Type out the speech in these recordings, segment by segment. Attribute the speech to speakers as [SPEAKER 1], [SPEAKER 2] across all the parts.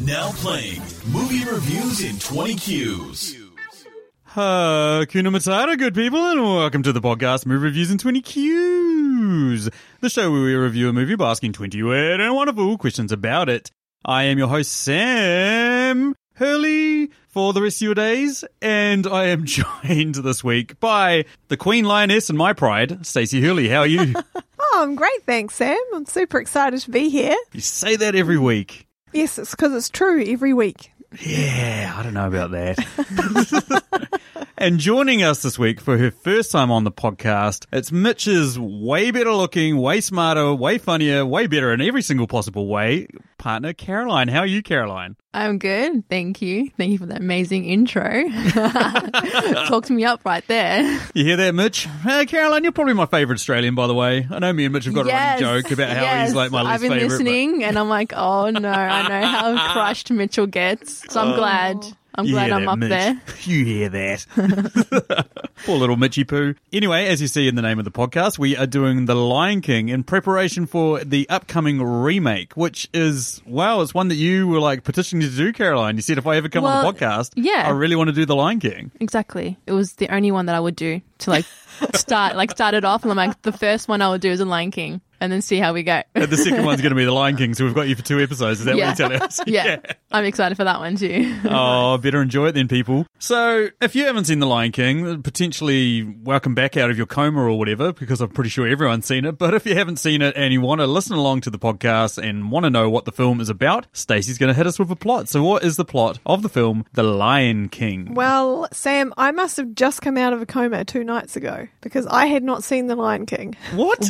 [SPEAKER 1] Now playing movie reviews in 20 cues.
[SPEAKER 2] Hakuna Matata, good people, and welcome to the podcast Movie Reviews and 20 Qs, the show where we review a movie by asking 20 weird and wonderful questions about it. I am your host, Sam Hurley, for the rest of your days, and I am joined this week by the Queen Lioness and my pride, Stacey Hurley. How are you?
[SPEAKER 3] Oh, I'm great, thanks, Sam. I'm super excited to be here.
[SPEAKER 2] you say that every week.
[SPEAKER 3] Yes, it's because it's true every week.
[SPEAKER 2] Yeah, I don't know about that. and joining us this week for her first time on the podcast, it's Mitch's way better looking, way smarter, way funnier, way better in every single possible way partner, Caroline. How are you, Caroline?
[SPEAKER 4] I'm good. Thank you. Thank you for that amazing intro. Talked me up right there.
[SPEAKER 2] You hear that, Mitch? Hey, Caroline, you're probably my favourite Australian, by the way. I know me and Mitch have got
[SPEAKER 4] Yes,
[SPEAKER 2] a running joke about how
[SPEAKER 4] yes.
[SPEAKER 2] he's like my least
[SPEAKER 4] I've been
[SPEAKER 2] favourite. but-
[SPEAKER 4] listening and I'm like, oh no, I know how crushed Mitchell gets. So I'm glad. I'm
[SPEAKER 2] You
[SPEAKER 4] glad
[SPEAKER 2] hear
[SPEAKER 4] I'm
[SPEAKER 2] that,
[SPEAKER 4] up
[SPEAKER 2] Oh. Mitch.
[SPEAKER 4] there.
[SPEAKER 2] You hear that. Poor little Mitchy Poo. Anyway, as you see in the name of the podcast, we are doing The Lion King in preparation for the upcoming remake, which is, wow, it's one that you were like petitioning to do, Caroline. You said, if I ever come on
[SPEAKER 4] Well,
[SPEAKER 2] the podcast,
[SPEAKER 4] yeah.
[SPEAKER 2] I really want to do The Lion King.
[SPEAKER 4] Exactly. It was the only one that I would do to like start, like start it off. And I'm like, the first one I would do is a Lion King and then see how we go.
[SPEAKER 2] And the second one's going to be The Lion King, so we've got you for two episodes. Is that
[SPEAKER 4] Yeah.
[SPEAKER 2] what you're telling us?
[SPEAKER 4] yeah. I'm excited for that one too.
[SPEAKER 2] oh, better enjoy it then, people. So, if you haven't seen The Lion King, potentially welcome back out of your coma or whatever, because I'm pretty sure everyone's seen it. But if you haven't seen it and you want to listen along to the podcast and want to know what the film is about, Stacey's going to hit us with a plot. So, what is the plot of the film The Lion King?
[SPEAKER 3] Well, Sam, I must have just come out of a coma two nights ago because I had not seen The Lion King.
[SPEAKER 2] what?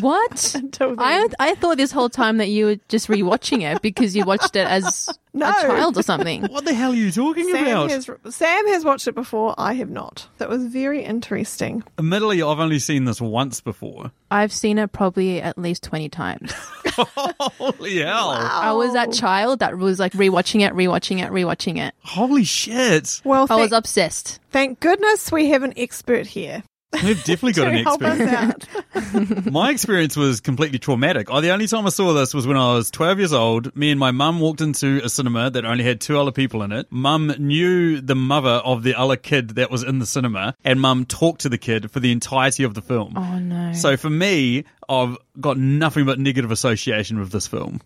[SPEAKER 4] What?
[SPEAKER 3] Until
[SPEAKER 4] I
[SPEAKER 3] then.
[SPEAKER 4] I thought this whole time that you were just rewatching it because you watched it as
[SPEAKER 3] No.
[SPEAKER 4] a child or something.
[SPEAKER 2] What the hell are you talking
[SPEAKER 3] Sam
[SPEAKER 2] about?
[SPEAKER 3] has, Sam has watched it before. I have not. That was very interesting.
[SPEAKER 2] Admittedly, I've only seen this once before.
[SPEAKER 4] I've seen it probably at least twenty times.
[SPEAKER 2] Holy hell.
[SPEAKER 4] I was
[SPEAKER 3] Oh.
[SPEAKER 4] that child that was like rewatching it, rewatching it, rewatching it.
[SPEAKER 2] Holy shit.
[SPEAKER 3] Well,
[SPEAKER 4] I was
[SPEAKER 3] thank-
[SPEAKER 4] obsessed.
[SPEAKER 3] thank goodness we have an expert here
[SPEAKER 2] They've definitely got
[SPEAKER 3] to
[SPEAKER 2] an
[SPEAKER 3] help
[SPEAKER 2] expert.
[SPEAKER 3] us out.
[SPEAKER 2] My experience was completely traumatic. Oh, the only time I saw this was when I was 12 years old. Me and my mum walked into a cinema that only had two other people in it. Mum knew the mother of the other kid that was in the cinema, and mum talked to the kid for the entirety of the film.
[SPEAKER 4] Oh no.
[SPEAKER 2] So for me, I've got nothing but negative association with this film.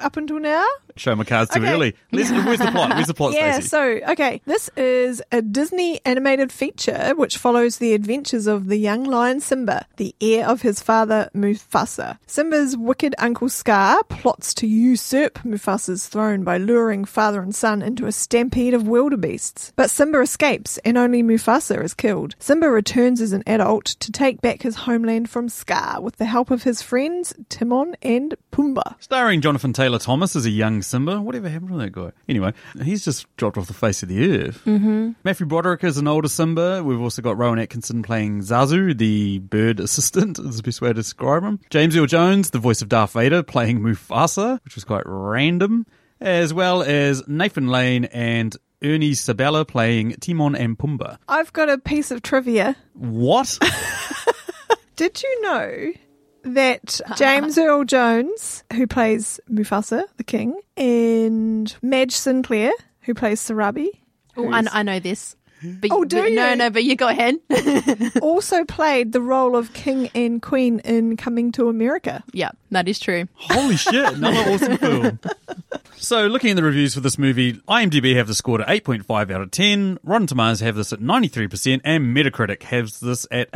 [SPEAKER 3] Up until now,
[SPEAKER 2] Show my cards too
[SPEAKER 3] Okay.
[SPEAKER 2] early. Let's, where's the plot? Where's the plot,
[SPEAKER 3] Yeah,
[SPEAKER 2] Stacey?
[SPEAKER 3] so, okay. This is a Disney animated feature which follows the adventures of the young lion Simba, the heir of his father Mufasa. Simba's wicked uncle Scar plots to usurp Mufasa's throne by luring father and son into a stampede of wildebeests. But Simba escapes, and only Mufasa is killed. Simba returns as an adult to take back his homeland from Scar with the help of his friends Timon and Pumbaa.
[SPEAKER 2] Starring Jonathan Taylor Thomas as a young Simba. Whatever happened to that guy? Anyway, he's just dropped off the face of the earth. Mm-hmm. Matthew Broderick is an older Simba. We've also got Rowan Atkinson playing Zazu, the bird assistant, is the best way to describe him. James Earl Jones, the voice of Darth Vader, playing Mufasa, which was quite random, as well as Nathan Lane and Ernie Sabella playing Timon and Pumbaa.
[SPEAKER 3] I've got a piece of trivia.
[SPEAKER 2] What?
[SPEAKER 3] Did you know that James Earl Jones, who plays Mufasa, the king, and Madge Sinclair, who plays Sarabi,
[SPEAKER 4] Oh, I, I know this. But,
[SPEAKER 3] Oh, do
[SPEAKER 4] but- No,
[SPEAKER 3] you?
[SPEAKER 4] no, but you go ahead.
[SPEAKER 3] also played the role of king and queen in Coming to America?
[SPEAKER 4] yeah, that is true.
[SPEAKER 2] Holy shit, another awesome film. So, looking at the reviews for this movie, IMDb have the score to 8.5 out of 10, Rotten Tomatoes have this at 93%, and Metacritic has this at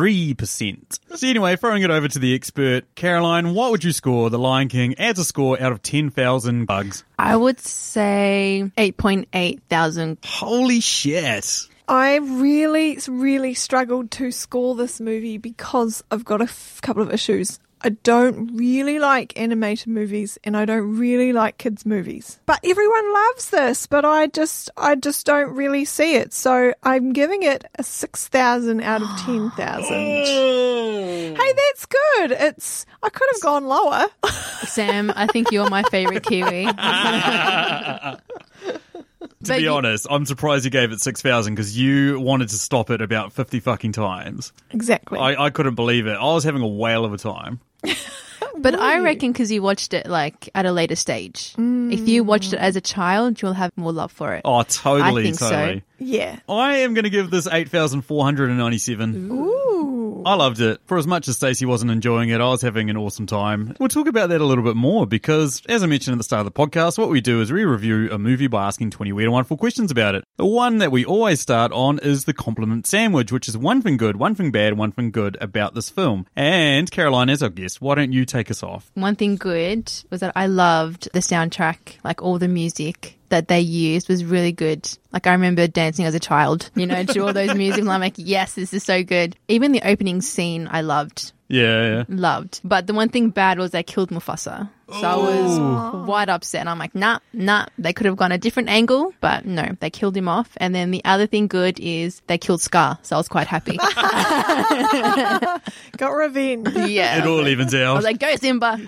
[SPEAKER 2] 83%. So, anyway, throwing it over to the expert, Caroline, what would you score The Lion King as a score out of 10,000 bugs?
[SPEAKER 4] I would say eight point eight thousand.
[SPEAKER 2] Holy shit.
[SPEAKER 3] I really, really struggled to score this movie because I've got a f- couple of issues. I don't really like animated movies and I don't really like kids movies. But everyone loves this, but I just I just don't really see it. So I'm giving it a 6,000 out of 10,000. hey, that's good. It's I could have gone lower.
[SPEAKER 4] Sam, I think you're my favorite Kiwi.
[SPEAKER 2] To be honest, I'm surprised you gave it 6,000 because you wanted to stop it about 50 fucking times.
[SPEAKER 3] exactly.
[SPEAKER 2] I, I couldn't believe it. I was having a whale of a time.
[SPEAKER 4] But I
[SPEAKER 3] would.
[SPEAKER 4] reckon because you watched it like at a later stage.
[SPEAKER 3] Mm.
[SPEAKER 4] If you watched it as a child, you'll have more love for it.
[SPEAKER 2] Oh, totally,
[SPEAKER 4] I think so.
[SPEAKER 2] totally.
[SPEAKER 3] Yeah.
[SPEAKER 2] I am going to give this 8,497.
[SPEAKER 3] Ooh.
[SPEAKER 2] I loved it. For as much as Stacey wasn't enjoying it, I was having an awesome time. We'll talk about that a little bit more because, as I mentioned at the start of the podcast, what we do is we review a movie by asking 20 weird and wonderful questions about it. The one that we always start on is the compliment sandwich, which is one thing good, one thing bad, one thing good about this film. And Caroline, as our guest, why don't you take us off?
[SPEAKER 4] One thing good was that I loved the soundtrack, like all the music that they used was really good. Like I remember dancing as a child, you know, to all those music. and I'm like, yes, this is so good. Even the opening scene, I loved,
[SPEAKER 2] Yeah, yeah.
[SPEAKER 4] loved. But the one thing bad was they killed Mufasa, so I was quite upset. And I'm like, nah, nah. They could have gone a different angle, but no, they killed him off. And then the other thing good is they killed Scar, so I was quite happy.
[SPEAKER 3] Got revenge.
[SPEAKER 4] yeah,
[SPEAKER 2] It all evens
[SPEAKER 4] I
[SPEAKER 2] out.
[SPEAKER 4] was like, go Simba.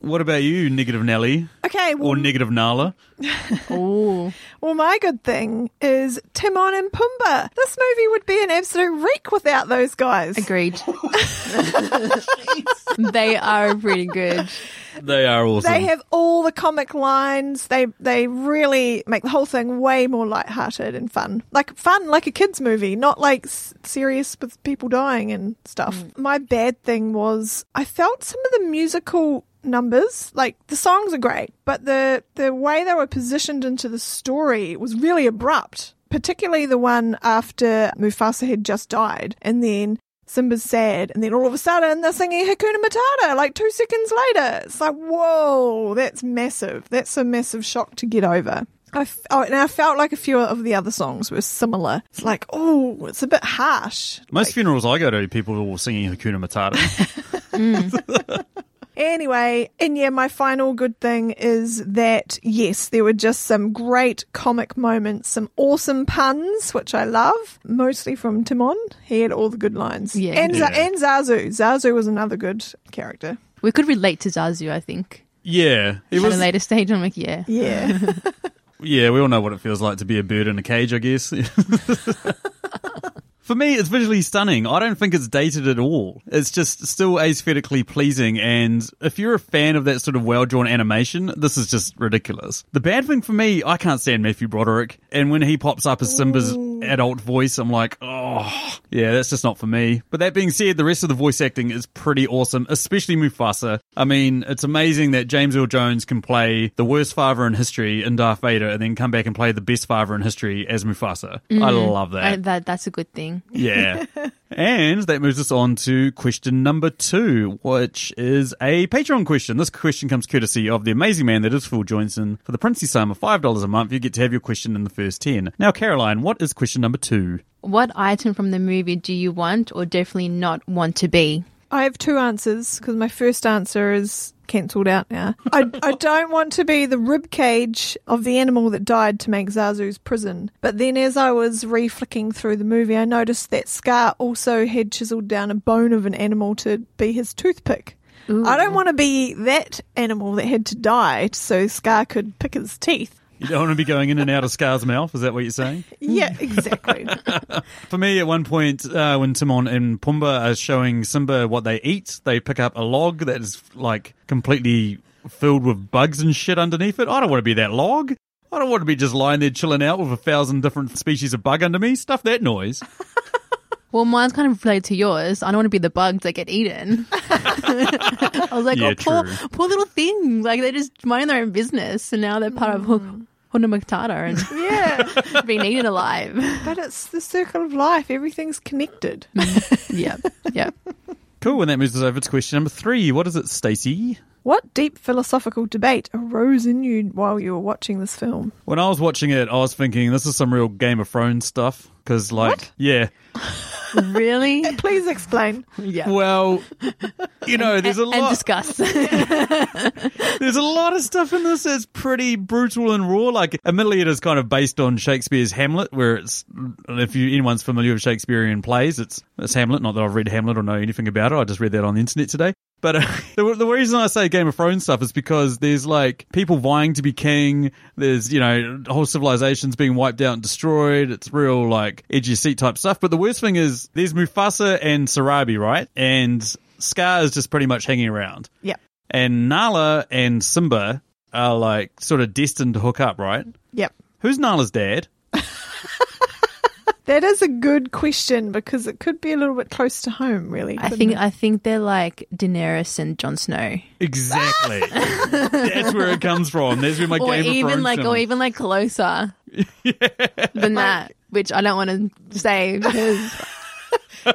[SPEAKER 2] what about you, Negative Nelly?
[SPEAKER 3] Okay. Well,
[SPEAKER 2] Or Negative Nala?
[SPEAKER 4] Ooh.
[SPEAKER 3] Well, my good thing is Timon and Pumbaa. This movie would be an absolute wreck without those guys.
[SPEAKER 4] Agreed. they are pretty good.
[SPEAKER 2] They are awesome.
[SPEAKER 3] They have all the comic lines. They they really make the whole thing way more lighthearted and fun. Like fun, like a kids movie, not like s- serious with people dying and stuff. My bad thing was I felt some of the musical numbers like the songs are great but the the way they were positioned into the story was really abrupt particularly the one after mufasa had just died and then Simba's sad, and then all of a sudden they're singing Hakuna Matata like two seconds later. It's like, whoa, that's massive. That's a massive shock to get over. I f- oh, and I felt like a few of the other songs were similar. It's like, oh, it's a bit harsh.
[SPEAKER 2] Most funerals I go to, people are all singing Hakuna Matata.
[SPEAKER 3] Anyway, and yeah, my final good thing is that yes, there were just some great comic moments, some awesome puns, which I love, mostly from Timon. He had all the good lines.
[SPEAKER 4] Yeah.
[SPEAKER 3] And, Za-
[SPEAKER 2] Yeah.
[SPEAKER 3] and Zazu. Zazu was another good character.
[SPEAKER 4] We could relate to Zazu, I think.
[SPEAKER 2] yeah. It
[SPEAKER 4] At a
[SPEAKER 2] was
[SPEAKER 4] later stage, I'm like, yeah.
[SPEAKER 3] Yeah.
[SPEAKER 2] Yeah, we all know what it feels like to be a bird in a cage, I guess. For me, it's visually stunning. I don't think it's dated at all. It's just still aesthetically pleasing. And if you're a fan of that sort of well drawn animation, this is just ridiculous. The bad thing for me, I can't stand Matthew Broderick. And when he pops up as Simba's adult voice, I'm like, oh, yeah, that's just not for me. But that being said, the rest of the voice acting is pretty awesome, especially Mufasa. I mean, it's amazing that James Earl Jones can play the worst father in history in Darth Vader and then come back and play the best father in history as Mufasa. I love that.
[SPEAKER 4] I, that that's a good thing.
[SPEAKER 2] Yeah. and that moves us on to question number two, which is a Patreon question. This question comes courtesy of the amazing man that is Phil Johnson. For the princely sum of $5 a month, you get to have your question in the first 10. Now, Caroline, what is question number two?
[SPEAKER 4] What item from the movie do you want or definitely not want to be?
[SPEAKER 3] I have two answers because my first answer is cancelled out now. I, I don't want to be the rib cage of the animal that died to make Zazu's prison. But then, as I was re flicking through the movie, I noticed that Scar also had chiseled down a bone of an animal to be his toothpick. I don't want to be that animal that had to die so Scar could pick his teeth.
[SPEAKER 2] You don't want to be going in and out of Scar's mouth, is that what you're saying?
[SPEAKER 3] Yeah, exactly.
[SPEAKER 2] For me, at one point, uh, when Timon and Pumbaa are showing Simba what they eat, they pick up a log that is like completely filled with bugs and shit underneath it. I don't want to be that log. I don't want to be just lying there chilling out with a thousand different species of bug under me. Stuff that noise.
[SPEAKER 4] Well, mine's kind of related to yours. I don't want to be the bugs that get eaten. I was like,
[SPEAKER 2] Yeah,
[SPEAKER 4] oh, poor,
[SPEAKER 2] true.
[SPEAKER 4] poor little thing. Like, they just mind their own business. And now they're part of Hon- Huna Matata
[SPEAKER 3] yeah,
[SPEAKER 4] and being eaten alive.
[SPEAKER 3] but it's the circle of life, everything's connected.
[SPEAKER 4] yep. Yep.
[SPEAKER 2] Cool, and that moves us over to question number three. What is it, Stacey?
[SPEAKER 3] What deep philosophical debate arose in you while you were watching this film?
[SPEAKER 2] When I was watching it, I was thinking this is some real Game of Thrones stuff. Because, like, yeah.
[SPEAKER 4] Really?
[SPEAKER 3] Please explain.
[SPEAKER 4] Yeah.
[SPEAKER 2] Well, you know, there's a lot.
[SPEAKER 4] and discuss.
[SPEAKER 2] There's a lot of stuff in this that's pretty brutal and raw. Like, admittedly, it is kind of based on Shakespeare's Hamlet, where it's if you anyone's familiar with Shakespearean plays, it's it's Hamlet. Not that I've read Hamlet or know anything about it. I just read that on the internet today. But uh, the, the reason I say Game of Thrones stuff is because there's like people vying to be king. There's you know whole civilizations being wiped out and destroyed. It's real like edgy seat type stuff. But the worst thing is there's Mufasa and Sarabi, right? And Scar is just pretty much hanging around.
[SPEAKER 3] Yep.
[SPEAKER 2] And Nala and Simba are like sort of destined to hook up, right?
[SPEAKER 3] Yep.
[SPEAKER 2] Who's Nala's dad?
[SPEAKER 3] That is a good question because it could be a little bit close to home, really.
[SPEAKER 4] I
[SPEAKER 3] couldn't
[SPEAKER 4] think
[SPEAKER 3] it?
[SPEAKER 4] I think they're like Daenerys and Jon Snow,
[SPEAKER 2] Exactly. That's where it comes from. There's where my
[SPEAKER 4] or
[SPEAKER 2] Game of
[SPEAKER 4] even
[SPEAKER 2] Thrones
[SPEAKER 4] like, or
[SPEAKER 2] terminology-
[SPEAKER 4] even like closer than that. Which I don't want to say because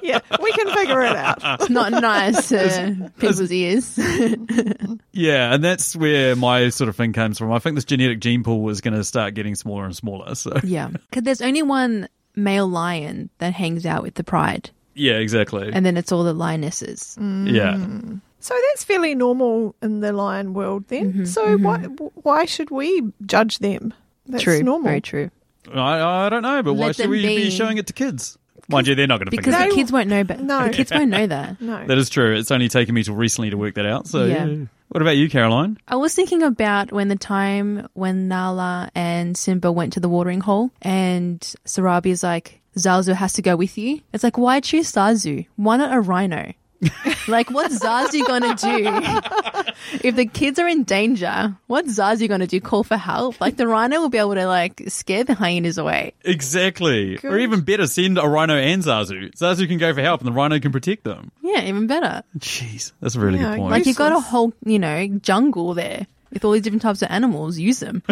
[SPEAKER 3] yeah, we can figure it out.
[SPEAKER 4] it's not nice to people's ears.
[SPEAKER 2] Yeah, and that's where my sort of thing comes from. I think this genetic gene pool is going to start getting smaller and smaller. So
[SPEAKER 4] yeah, because there's only one male lion that hangs out with the pride,
[SPEAKER 2] yeah, exactly.
[SPEAKER 4] and then it's all the lionesses.
[SPEAKER 2] yeah,
[SPEAKER 3] So that's fairly normal in the lion world, then.
[SPEAKER 4] Mm-hmm,
[SPEAKER 3] so why why should we judge them? That's
[SPEAKER 4] true,
[SPEAKER 3] normal.
[SPEAKER 4] very true.
[SPEAKER 2] I, I don't know, but why
[SPEAKER 4] Let
[SPEAKER 2] should
[SPEAKER 4] them
[SPEAKER 2] we be.
[SPEAKER 4] be.
[SPEAKER 2] showing it to kids? Mind you, they're not going to
[SPEAKER 4] Because
[SPEAKER 2] figure
[SPEAKER 4] the
[SPEAKER 2] it
[SPEAKER 3] No.
[SPEAKER 4] kids won't know, but
[SPEAKER 3] No.
[SPEAKER 4] the kids won't know that.
[SPEAKER 3] No.
[SPEAKER 2] out. That is true. It's only taken me till recently to work that out. So
[SPEAKER 4] Yeah.
[SPEAKER 2] yeah. What about you, Caroline?
[SPEAKER 4] I was thinking about when the time when Nala and Simba went to the watering hole and Sarabi's like, Zazu has to go with you. It's like, why choose Zazu? Why not a rhino? like, what's Zazu gonna do? if the kids are in danger, what's Zazu gonna do? Call for help? Like, the rhino will be able to, like, scare the hyenas away.
[SPEAKER 2] Exactly. Or
[SPEAKER 3] Good.
[SPEAKER 2] even better, send a rhino and Zazu. Zazu can go for help, and the rhino can protect them.
[SPEAKER 4] Yeah, even better.
[SPEAKER 2] Jeez, that's a really
[SPEAKER 3] Yeah,
[SPEAKER 2] good point.
[SPEAKER 4] Like, you've got a
[SPEAKER 3] Useless.
[SPEAKER 4] whole, you know, jungle there with all these different types of animals. Use them.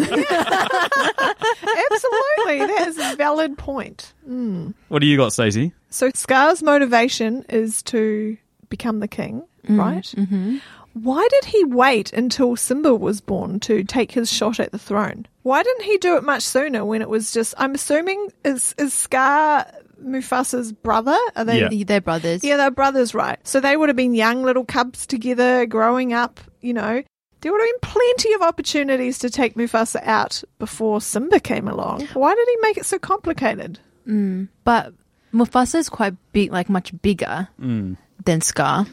[SPEAKER 3] Absolutely, that is a valid point.
[SPEAKER 2] what do you got, Stacey?
[SPEAKER 3] So Scar's motivation is to become the king, right? Mm-hmm. Why did he wait until Simba was born to take his shot at the throne? Why didn't he do it much sooner when it was just I'm assuming is is Scar Mufasa's brother? Are they
[SPEAKER 2] Yeah.
[SPEAKER 4] They're brothers.
[SPEAKER 3] Yeah, they're brothers, right? So they would have been young little cubs together, growing up, you know. There would have been plenty of opportunities to take Mufasa out before Simba came along. Why did he make it so complicated?
[SPEAKER 4] But Mufasa is quite big, like much bigger than Scar.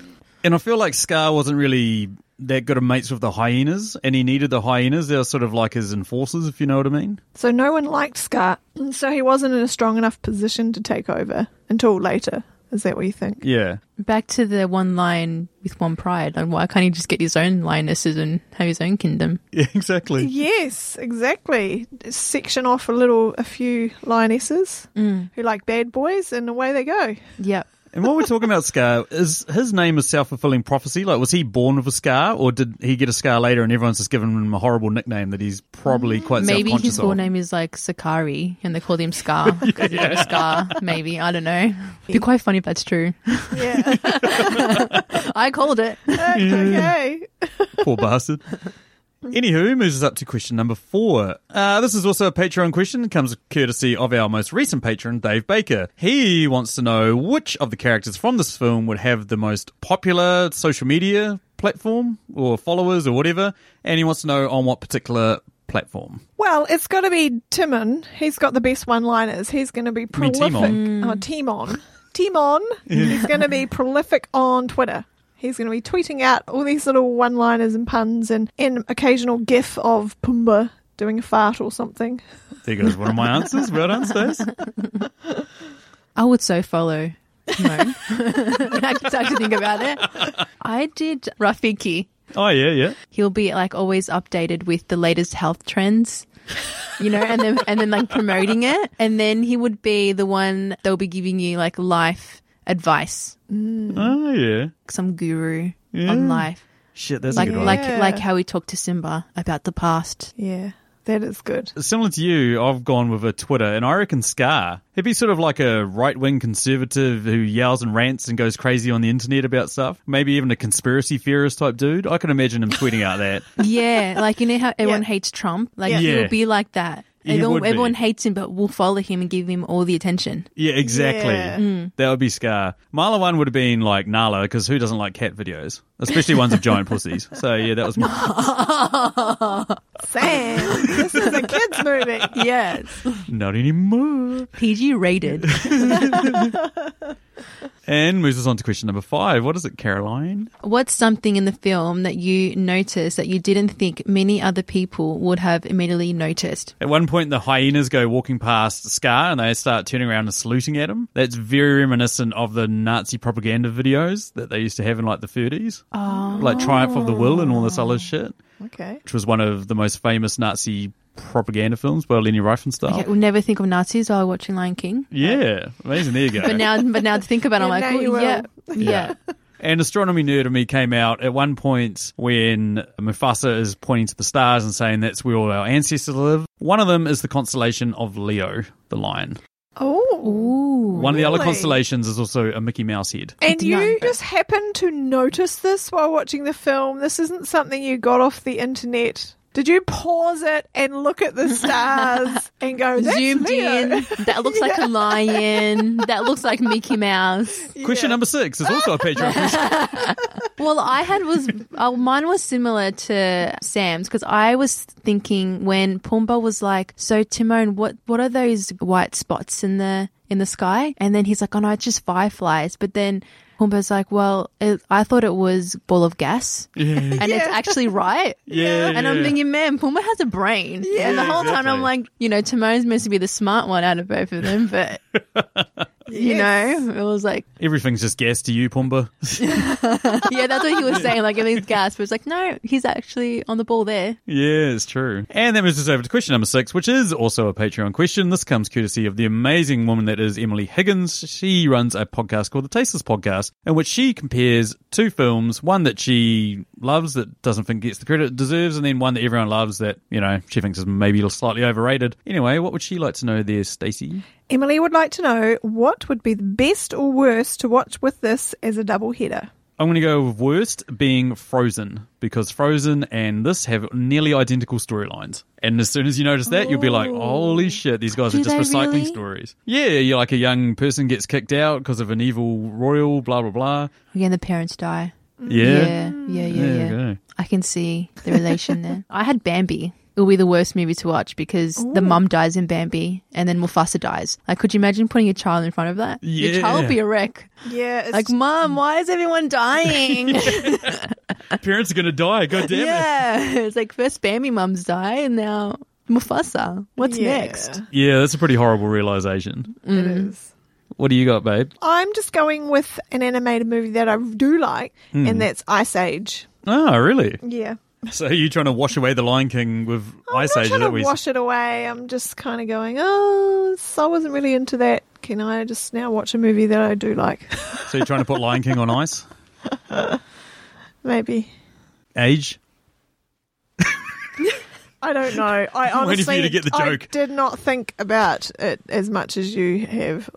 [SPEAKER 2] And I feel like Scar wasn't really that good of mates with the hyenas, and he needed the hyenas. They were sort of like his enforcers, if you know what I mean.
[SPEAKER 3] So no one liked Scar, so he wasn't in a strong enough position to take over until later. Is that what you think?
[SPEAKER 2] Yeah.
[SPEAKER 4] Back to the one lion with one pride. Like, why can't he just get his own lionesses and have his own kingdom?
[SPEAKER 2] Yeah, exactly.
[SPEAKER 3] Yes, exactly. Section off a little, a few lionesses who like bad boys, and away they go.
[SPEAKER 4] Yep.
[SPEAKER 2] And while we're talking about Scar, is his name a self fulfilling prophecy? Like, was he born with a scar, or did he get a scar later and everyone's just given him a horrible nickname that he's probably quite self
[SPEAKER 4] Maybe
[SPEAKER 2] conscious
[SPEAKER 4] his full
[SPEAKER 2] of?
[SPEAKER 4] name is like Sakari and they called him Scar because he had a scar. Maybe. I don't know. Be quite funny if that's true.
[SPEAKER 3] Yeah.
[SPEAKER 4] I called it.
[SPEAKER 3] okay.
[SPEAKER 2] Poor bastard. Anywho, moves us up to question number four. Uh, this is also a Patreon question. It comes courtesy of our most recent patron, Dave Baker. He wants to know which of the characters from this film would have the most popular social media platform or followers or whatever, and he wants to know on what particular platform.
[SPEAKER 3] Well, it's got to be Timon. He's got the best one-liners. He's going to be prolific.
[SPEAKER 2] Timon.
[SPEAKER 3] Oh, Timon. Timon. He's going to be prolific on Twitter. He's going to be tweeting out all these little one-liners and puns and an occasional gif of Pumbaa doing a fart or something.
[SPEAKER 2] There goes one of my answers. Well done, Stace.
[SPEAKER 4] I would so follow. No. I just have to think about it. I did Rafiki.
[SPEAKER 2] Oh, yeah, yeah.
[SPEAKER 4] he'll be like always updated with the latest health trends you know and then and then like promoting it and then he would be the one they'll be giving you like life advice
[SPEAKER 2] Oh, yeah.
[SPEAKER 4] some guru on life
[SPEAKER 2] Shit, Mm. that's
[SPEAKER 4] like
[SPEAKER 2] a good one.
[SPEAKER 4] like
[SPEAKER 3] Yeah.
[SPEAKER 4] like how he talked to Simba about the past
[SPEAKER 3] Yeah, that is good.
[SPEAKER 2] similar to you, I've gone with a Twitter, and I reckon Scar. He'd be sort of like a right wing conservative who yells and rants and goes crazy on the internet about stuff. Maybe even a conspiracy theorist type dude. I can imagine him tweeting out that.
[SPEAKER 4] yeah like you know how everyone
[SPEAKER 3] Yeah.
[SPEAKER 4] hates Trump like
[SPEAKER 2] Yeah.
[SPEAKER 4] he'll
[SPEAKER 2] Yeah.
[SPEAKER 4] be like that
[SPEAKER 2] He would
[SPEAKER 4] everyone,
[SPEAKER 2] be.
[SPEAKER 4] everyone hates him but we'll follow him and give him all the attention
[SPEAKER 2] Yeah, exactly.
[SPEAKER 3] Yeah.
[SPEAKER 2] That would be Scar. My other one would have been like Nala, because who doesn't like cat videos? Especially ones of giant pussies. So yeah, that was my.
[SPEAKER 3] Sam, this is a kids' movie.
[SPEAKER 4] yes
[SPEAKER 2] Not anymore.
[SPEAKER 4] PG rated
[SPEAKER 2] And moves us on to question number five. What is it, Caroline?
[SPEAKER 4] What's something in the film that you noticed that you didn't think many other people would have immediately noticed?
[SPEAKER 2] At one point, the hyenas go walking past Scar and they start turning around and saluting at him. That's very reminiscent of the Nazi propaganda videos that they used to have in like the 30s, oh. like Triumph of the Will and all this other shit,
[SPEAKER 3] Okay.
[SPEAKER 2] which was one of the most famous Nazi propaganda films by Leni Riefenstahl.
[SPEAKER 4] Okay, we'll never think of Nazis while watching Lion King.
[SPEAKER 2] Oh. Yeah, amazing. There you go.
[SPEAKER 4] But now, but now to think about it, I'm
[SPEAKER 3] Yeah,
[SPEAKER 4] like,
[SPEAKER 3] now you
[SPEAKER 4] oh,
[SPEAKER 3] will.
[SPEAKER 4] yeah, yeah.
[SPEAKER 2] An astronomy nerd of me came out at one point when Mufasa is pointing to the stars and saying that's where all our ancestors live. One of them is the constellation of Leo, the lion.
[SPEAKER 3] Oh.
[SPEAKER 4] Ooh.
[SPEAKER 2] One of the other
[SPEAKER 3] Really?
[SPEAKER 2] constellations is also a Mickey Mouse head.
[SPEAKER 3] And
[SPEAKER 4] did not know
[SPEAKER 3] you
[SPEAKER 4] that.
[SPEAKER 3] just happened to notice this while watching the film. This isn't something you got off the internet. Did you pause it and look at the stars and go, That's
[SPEAKER 4] Zoomed
[SPEAKER 3] Leo."
[SPEAKER 4] in. That looks like a lion. That looks like Mickey Mouse.
[SPEAKER 2] Question number six is also a Patreon question.
[SPEAKER 4] Well, I had was oh, mine was similar to Sam's because I was thinking when Pumbaa was like, "So Timon, what what are those white spots in the in the sky?" And then he's like, "Oh no, it's just fireflies." But then Pumbaa's like, "Well, it, I thought it was ball of gas, and it's actually right."
[SPEAKER 2] Yeah,
[SPEAKER 4] And I'm
[SPEAKER 2] yeah.
[SPEAKER 4] thinking, man, Pumbaa has a brain. Yeah, and the whole time I'm
[SPEAKER 2] exactly.
[SPEAKER 4] like, you know, Timon's meant to be the smart one out of both of them, but you know, it was like,
[SPEAKER 2] Everything's just gas to you, Pumba.
[SPEAKER 4] yeah, that's what he was saying. Like, everything's gas, but it's like, no, he's actually on the ball there.
[SPEAKER 2] Yeah, it's true. And that moves us over to question number six, which is also a Patreon question. This comes courtesy of the amazing woman that is Emily Higgins. She runs a podcast called The Tasteless Podcast, in which she compares two films, one that she loves that doesn't think gets the credit it deserves, and then one that everyone loves that, you know, she thinks is maybe slightly overrated. Anyway, what would she like to know there, Stacey?
[SPEAKER 3] Emily would like to know what would be the best or worst to watch with this as a double header.
[SPEAKER 2] I'm going to go with worst being Frozen because Frozen and this have nearly identical storylines. And as soon as you notice that, you'll be like, holy shit, these guys
[SPEAKER 4] Do
[SPEAKER 2] are just
[SPEAKER 4] they
[SPEAKER 2] recycling
[SPEAKER 4] really?
[SPEAKER 2] stories. Yeah, you're like a young person gets kicked out because of an evil royal, blah, blah, blah.
[SPEAKER 4] Again, the parents die.
[SPEAKER 3] Mm,
[SPEAKER 2] Yeah.
[SPEAKER 4] Yeah, yeah, yeah,
[SPEAKER 2] There you
[SPEAKER 4] yeah.
[SPEAKER 2] go.
[SPEAKER 4] I can see the relation there. Mm. I had Bambi. It'll be the worst movie to watch because the mum dies in Bambi and then Mufasa dies. Like, could you imagine putting your child in front of that?
[SPEAKER 2] Yeah.
[SPEAKER 4] Your child will be a wreck.
[SPEAKER 3] Yeah, it's
[SPEAKER 4] Like, mum, why is everyone dying?
[SPEAKER 2] Parents are going to die. God damn it.
[SPEAKER 4] yeah. It's like, first Bambi mums die and now Mufasa. What's
[SPEAKER 3] yeah,
[SPEAKER 4] next?
[SPEAKER 2] Yeah, that's a pretty horrible realization.
[SPEAKER 3] It is.
[SPEAKER 2] What do you got, babe?
[SPEAKER 3] Mm. I'm just going with an animated movie that I do like, and that's Ice Age.
[SPEAKER 2] Oh, really?
[SPEAKER 3] Hmm. Yeah.
[SPEAKER 2] So you're trying to wash away the Lion King with
[SPEAKER 3] Oh, I'm
[SPEAKER 2] Ice
[SPEAKER 3] not
[SPEAKER 2] Age? is
[SPEAKER 3] trying
[SPEAKER 2] that
[SPEAKER 3] to
[SPEAKER 2] what you-
[SPEAKER 3] wash it away. I'm just kind of going, oh, so I wasn't really into that. Can I just now watch a movie that I do like?
[SPEAKER 2] so you're trying to put Lion King on ice?
[SPEAKER 3] Maybe.
[SPEAKER 2] Age?
[SPEAKER 3] I don't know. I
[SPEAKER 2] I'm waiting for
[SPEAKER 3] honestly
[SPEAKER 2] you to get the
[SPEAKER 3] I
[SPEAKER 2] joke.
[SPEAKER 3] did not think about it as much as you have.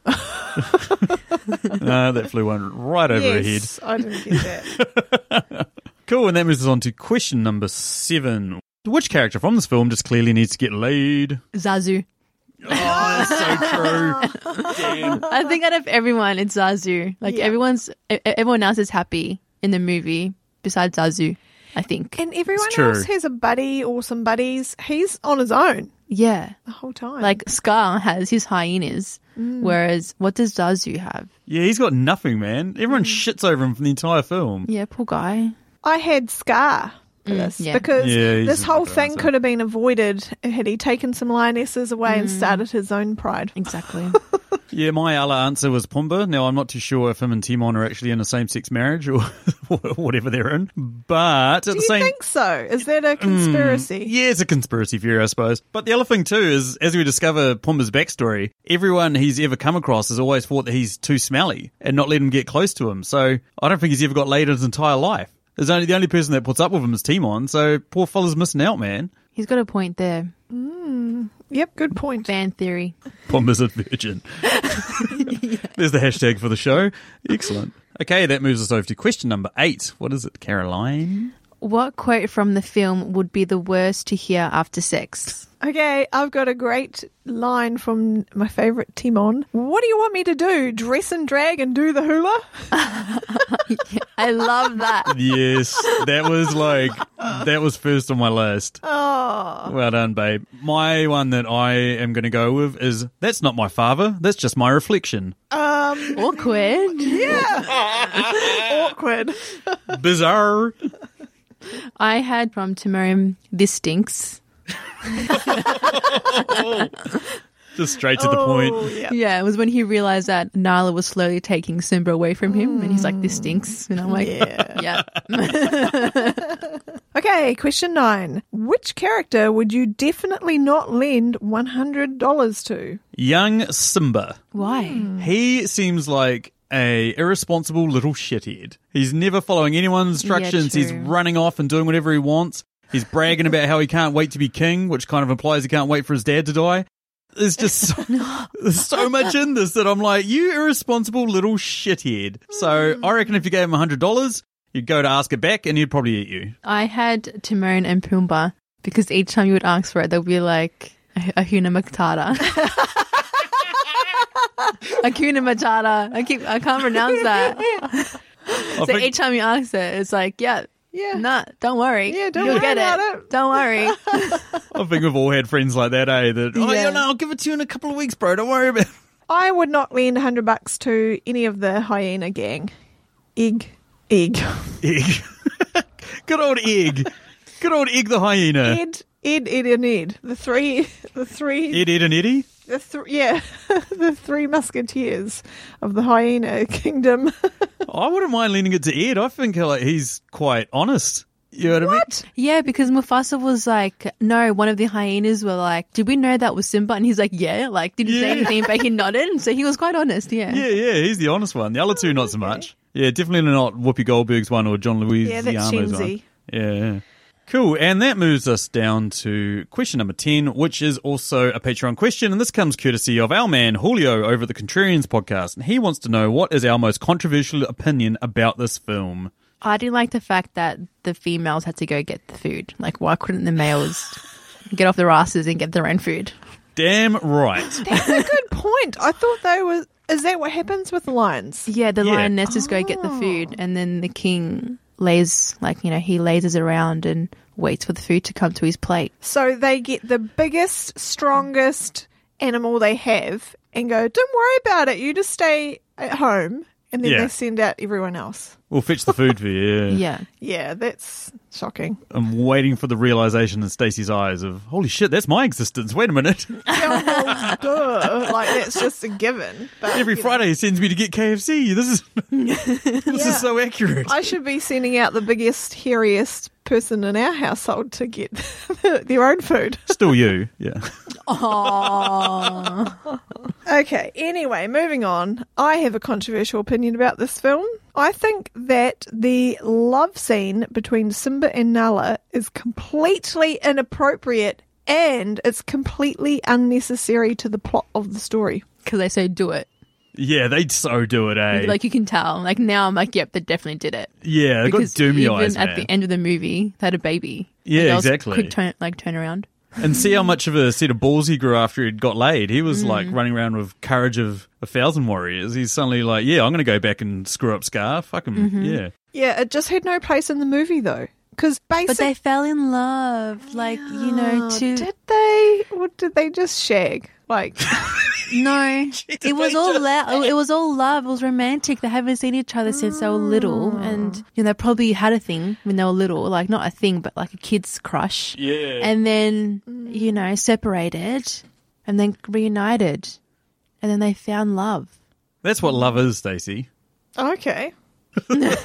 [SPEAKER 2] no, that flew one right over her head.
[SPEAKER 3] yes, I didn't get that.
[SPEAKER 2] Cool, and that moves us on to question number seven. Which character from this film just clearly needs to get laid?
[SPEAKER 4] Zazu.
[SPEAKER 2] Oh, that's so true. Damn.
[SPEAKER 4] I think out of everyone, it's Zazu. Like,
[SPEAKER 3] Yeah.
[SPEAKER 4] everyone's, e- everyone else is happy in the movie besides Zazu, I think.
[SPEAKER 3] and everyone
[SPEAKER 2] true.
[SPEAKER 3] else has a buddy or some buddies. He's on his own
[SPEAKER 4] yeah.
[SPEAKER 3] the whole time.
[SPEAKER 4] Like Scar has his hyenas, whereas what does Zazu have?
[SPEAKER 2] Yeah, he's got nothing, man. Everyone shits over him from the entire film.
[SPEAKER 4] Yeah, poor guy.
[SPEAKER 3] I had Scar for this
[SPEAKER 4] Mm, yeah.
[SPEAKER 3] because
[SPEAKER 2] Yeah, he's
[SPEAKER 3] this
[SPEAKER 2] a
[SPEAKER 3] whole
[SPEAKER 2] good
[SPEAKER 3] thing
[SPEAKER 2] answer.
[SPEAKER 3] could have been avoided had he taken some lionesses away and
[SPEAKER 4] Mm.
[SPEAKER 3] started his own pride.
[SPEAKER 4] Exactly.
[SPEAKER 2] Yeah, my other answer was Pumbaa. Now, I'm not too sure if him and Timon are actually in a same sex marriage or whatever they're in, but at
[SPEAKER 3] Do
[SPEAKER 2] the
[SPEAKER 3] you
[SPEAKER 2] same
[SPEAKER 3] think so? Is that a conspiracy?
[SPEAKER 2] Yeah, it's a conspiracy theory, I suppose. But the other thing too is, as we discover Pumbaa's backstory, everyone he's ever come across has always thought that he's too smelly and not let him get close to him. So I don't think he's ever got laid in his entire life. There's only the only person that puts up with him is Timon. So poor fella's missing out, man.
[SPEAKER 4] He's got a point there.
[SPEAKER 3] Yep, good point.
[SPEAKER 4] Fan theory.
[SPEAKER 2] Pumbaa's a virgin. There's the hashtag for the show. Excellent. Okay, that moves us over to question number eight. What is it, Caroline?
[SPEAKER 4] What quote from the film would be the worst to hear after sex?
[SPEAKER 3] Okay, I've got a great line from my favourite Timon. What do you want me to do? Dress and drag and do the hula?
[SPEAKER 4] I love that.
[SPEAKER 2] Yes, that was like that was first on my list.
[SPEAKER 3] Oh,
[SPEAKER 2] Well done, babe. My one that I am going to go with is that's not my father. That's just my reflection.
[SPEAKER 3] oh Um,
[SPEAKER 4] Awkward.
[SPEAKER 3] awkward.
[SPEAKER 2] Bizarre.
[SPEAKER 4] I had from Timorim, this stinks.
[SPEAKER 2] Just straight to the point.
[SPEAKER 3] yeah.
[SPEAKER 4] Yeah, it was when he realized that Nala was slowly taking Simba away from him, and he's like, this stinks. And I'm like,
[SPEAKER 3] Mm. Yeah.
[SPEAKER 4] yeah.
[SPEAKER 3] Okay, question nine. Which character would you definitely not lend $100 to?
[SPEAKER 2] Young Simba.
[SPEAKER 4] Why?
[SPEAKER 2] He seems like a irresponsible little shithead. He's never following anyone's
[SPEAKER 4] Yeah,
[SPEAKER 2] instructions. He's
[SPEAKER 4] true.
[SPEAKER 2] running off and doing whatever he wants. He's bragging about how he can't wait to be king, which kind of implies he can't wait for his dad to die. There's just so, there's so much in this that I'm like, you irresponsible little shithead. So I reckon if you gave him hundred dollars, you'd go to ask it back, and he'd probably eat you.
[SPEAKER 4] I had Timon and Pumbaa because each time you would ask for it, they'd be like, "Ah- Ahuna Matata. Akuna Matata. I keep, I can't pronounce that.
[SPEAKER 2] I
[SPEAKER 4] So
[SPEAKER 2] think-
[SPEAKER 4] each time you ask it, it's like, yeah,
[SPEAKER 3] Yeah.
[SPEAKER 4] nah, don't worry.
[SPEAKER 3] Yeah, don't
[SPEAKER 4] You'll
[SPEAKER 3] worry
[SPEAKER 4] get
[SPEAKER 3] about
[SPEAKER 4] it.
[SPEAKER 3] it.
[SPEAKER 4] Don't worry.
[SPEAKER 2] I think we've all had friends like that, eh? That oh
[SPEAKER 4] Yeah.
[SPEAKER 2] yeah, no, I'll give it to you in a couple of weeks, bro. Don't worry about. it.
[SPEAKER 3] I would not lend 100 bucks to any of the hyena gang. Egg. Egg.
[SPEAKER 2] Egg. Good old egg. Good old egg the hyena.
[SPEAKER 3] Ed, Ed, Ed, and Ed. The three, the three,
[SPEAKER 2] Ed, Ed, and Eddie.
[SPEAKER 3] the three, yeah, the three musketeers of the hyena kingdom.
[SPEAKER 2] I wouldn't mind leaning it to Ed. I think like, he's quite honest. You know what,
[SPEAKER 4] Yeah, because Mufasa was like, no, one of the hyenas were like, did we know that was Simba? And he's like, yeah, like, did you
[SPEAKER 2] Yeah.
[SPEAKER 4] say anything? But he nodded. And so he was quite honest. Yeah.
[SPEAKER 2] I mean? Yeah, yeah, he's the honest one. The other two, not so much. Yeah, definitely not Whoopi Goldberg's one or John Louis
[SPEAKER 3] Yeah, that's
[SPEAKER 2] Ziamo's one.
[SPEAKER 3] Shamsi.
[SPEAKER 2] Yeah, yeah. Cool. And that moves us down to question number 10, which is also a Patreon question. And this comes courtesy of our man, Julio, over at the Contrarians podcast. And he wants to know what is our most controversial opinion about this film?
[SPEAKER 4] I do like the fact that the females had to go get the food. Like, why couldn't the males get off their asses and get their own food?
[SPEAKER 2] Damn right.
[SPEAKER 3] That's a good point. I thought they were. Is that what happens with lions?
[SPEAKER 4] Yeah, Oh. the
[SPEAKER 2] Yeah.
[SPEAKER 4] lionesses go get the food, and then the king lays, like, you know, he lazes around and waits for the food to come to his plate.
[SPEAKER 3] So they get the biggest, strongest animal they have and go, don't worry about it. You just stay at home. And then
[SPEAKER 2] Yeah.
[SPEAKER 3] they send out everyone else.
[SPEAKER 2] We'll fetch the food for you. Yeah.
[SPEAKER 4] Yeah.
[SPEAKER 3] Yeah, that's shocking.
[SPEAKER 2] I'm waiting for the realization in Stacey's eyes of, holy shit, that's my existence. Wait a minute.
[SPEAKER 3] Yeah, well, duh. Like, that's just a given. But,
[SPEAKER 2] Every
[SPEAKER 3] you know,
[SPEAKER 2] Friday he sends me to get KFC. This is this
[SPEAKER 3] Yeah.
[SPEAKER 2] is so accurate.
[SPEAKER 3] I should be sending out the biggest, hairiest person in our household to get their own food.
[SPEAKER 2] Still you. Yeah.
[SPEAKER 3] Okay, anyway, moving on. I have a controversial opinion about this film. I think that the love scene between Simba and Nala is completely inappropriate and it's completely unnecessary to the plot of the story.
[SPEAKER 4] Because they say, do it.
[SPEAKER 2] Yeah, they so do it, eh?
[SPEAKER 4] Like, you can tell. Like, now I'm like, yep, they definitely did it.
[SPEAKER 2] yeah, they got
[SPEAKER 4] because
[SPEAKER 2] doomy
[SPEAKER 4] even
[SPEAKER 2] eyes,
[SPEAKER 4] at
[SPEAKER 2] man.
[SPEAKER 4] the end of the movie, they had a baby.
[SPEAKER 2] Yeah,
[SPEAKER 4] The girls
[SPEAKER 2] exactly.
[SPEAKER 4] Could turn like turn around.
[SPEAKER 2] and see how much of a set of balls he grew after he'd got laid. He was
[SPEAKER 4] Mm.
[SPEAKER 2] like running around with courage of a thousand warriors. He's suddenly like, yeah, I'm going to go back and screw up Scar. Fuck him.
[SPEAKER 4] Mm-hmm.
[SPEAKER 2] Yeah.
[SPEAKER 3] Yeah, it just had no place in the movie though. Because
[SPEAKER 4] But they
[SPEAKER 3] basically,
[SPEAKER 4] fell in love, like you know, to
[SPEAKER 3] did they or did they just shag? Like,
[SPEAKER 4] no. it was all la- it was all love. It was romantic. They haven't seen each other since they were little, and you know, they probably had a thing when they were little, like not a thing, but like a kid's crush.
[SPEAKER 2] Yeah.
[SPEAKER 4] And then you know, separated, and then reunited, and then they found love.
[SPEAKER 2] That's what love is, Stacey.
[SPEAKER 3] okay. so no,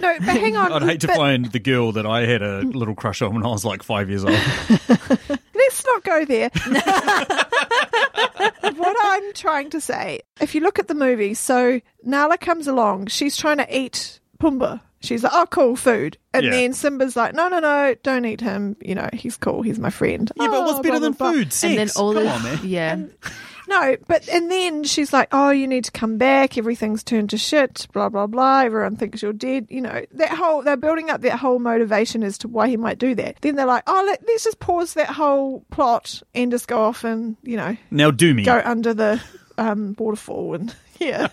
[SPEAKER 3] but hang on.
[SPEAKER 2] I'd hate to
[SPEAKER 3] but-
[SPEAKER 2] find the girl that I had a little crush on when I was like five years old.
[SPEAKER 3] Let's not go there. what I'm trying to say, if you look at the movie, so Nala comes along, she's trying to eat Pumbaa. She's like, oh, cool, food. And
[SPEAKER 2] Yeah.
[SPEAKER 3] then Simba's like, no, no, no, don't eat him. You know, he's cool, he's my friend.
[SPEAKER 2] Yeah, but what's
[SPEAKER 3] Oh,
[SPEAKER 2] better
[SPEAKER 3] blah,
[SPEAKER 2] than
[SPEAKER 3] blah, blah.
[SPEAKER 2] food? Sex.
[SPEAKER 4] And then all
[SPEAKER 2] Come
[SPEAKER 4] of
[SPEAKER 2] on, man.
[SPEAKER 4] yeah.
[SPEAKER 3] No, but, and then she's like, oh, you need to come back. Everything's turned to shit, blah, blah, blah. Everyone thinks you're dead. You know, that whole, they're building up that whole motivation as to why he might do that. Then they're like, oh, let, let's just pause that whole plot and just go off and, you know,
[SPEAKER 2] Now do me.
[SPEAKER 3] go under the um, waterfall and yeah.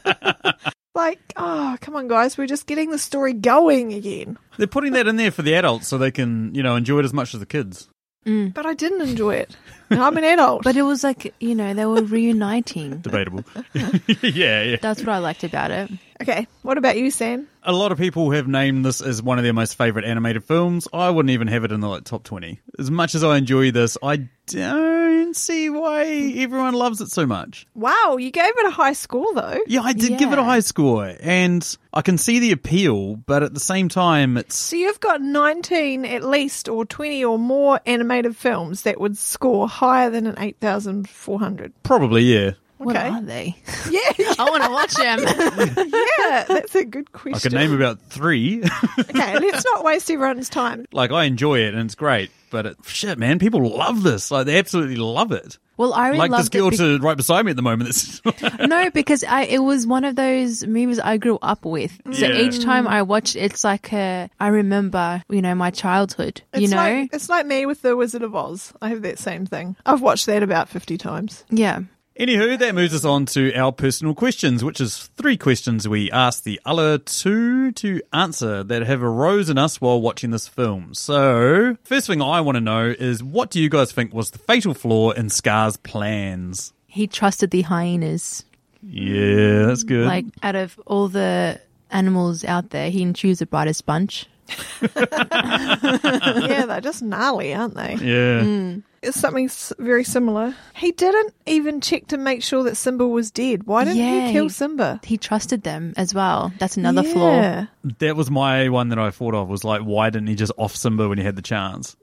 [SPEAKER 3] like, oh, come on, guys, we're just getting the story going again.
[SPEAKER 2] They're putting that in there for the adults so they can, you know, enjoy it as much as the kids.
[SPEAKER 3] But I didn't enjoy it. Now I'm an adult.
[SPEAKER 4] Mm. But it was like, you know, they were reuniting.
[SPEAKER 2] Debatable. yeah, yeah.
[SPEAKER 4] That's what I liked about it.
[SPEAKER 3] okay, what about you, Sam?
[SPEAKER 2] A lot of people have named this as one of their most favorite animated films. I wouldn't even have it in the like, top 20. As much as I enjoy this, I don't see why everyone loves it so much.
[SPEAKER 3] Wow, you gave it a high score though.
[SPEAKER 2] Yeah, I did give it a
[SPEAKER 4] Yeah.
[SPEAKER 2] high score, and I can see the appeal, but at the same time, it's.
[SPEAKER 3] So you've got 19 at least or 20 or more animated films that would score higher than an 8,400.
[SPEAKER 2] Probably, yeah.
[SPEAKER 4] What
[SPEAKER 3] Okay.
[SPEAKER 4] are they?
[SPEAKER 3] Yeah,
[SPEAKER 4] I want to watch them.
[SPEAKER 3] yeah, that's a good
[SPEAKER 2] I
[SPEAKER 3] question.
[SPEAKER 2] could name about three.
[SPEAKER 3] okay, let's not waste everyone's time.
[SPEAKER 2] like, I enjoy it, and it's great, but it, shit, man, people love this. Like, they absolutely love it.
[SPEAKER 4] well, I really
[SPEAKER 2] like this
[SPEAKER 4] loved it
[SPEAKER 2] girl
[SPEAKER 4] bec-
[SPEAKER 2] to right beside me at the moment. That's
[SPEAKER 4] no, because I it was one of those movies I grew up with. So
[SPEAKER 2] Yeah.
[SPEAKER 4] each time I watched, it's like a, I remember, you know, my childhood.
[SPEAKER 3] It's
[SPEAKER 4] you know,
[SPEAKER 3] like, it's like me with the Wizard of Oz. I have that same thing. I've watched that about 50 times.
[SPEAKER 4] yeah.
[SPEAKER 2] Anywho, that moves us on to our personal questions, which is three questions we asked the other two to answer that have arose in us while watching this film. So, first thing I want to know is what do you guys think was the fatal flaw in Scar's plans?
[SPEAKER 4] He trusted the hyenas.
[SPEAKER 2] Yeah, that's good.
[SPEAKER 4] Like out of all the animals out there, he didn't choose the brightest bunch.
[SPEAKER 3] yeah, they're just gnarly, aren't they?
[SPEAKER 2] yeah.
[SPEAKER 3] It's something s- very similar. He didn't even check to make sure that Simba was dead. Why didn't
[SPEAKER 4] Yeah,
[SPEAKER 3] he kill
[SPEAKER 4] he-
[SPEAKER 3] Simba?
[SPEAKER 4] He trusted them as well. That's another
[SPEAKER 3] yeah.
[SPEAKER 4] flaw.
[SPEAKER 2] That was my one that I thought of was like, why didn't he just off Simba when he had the chance?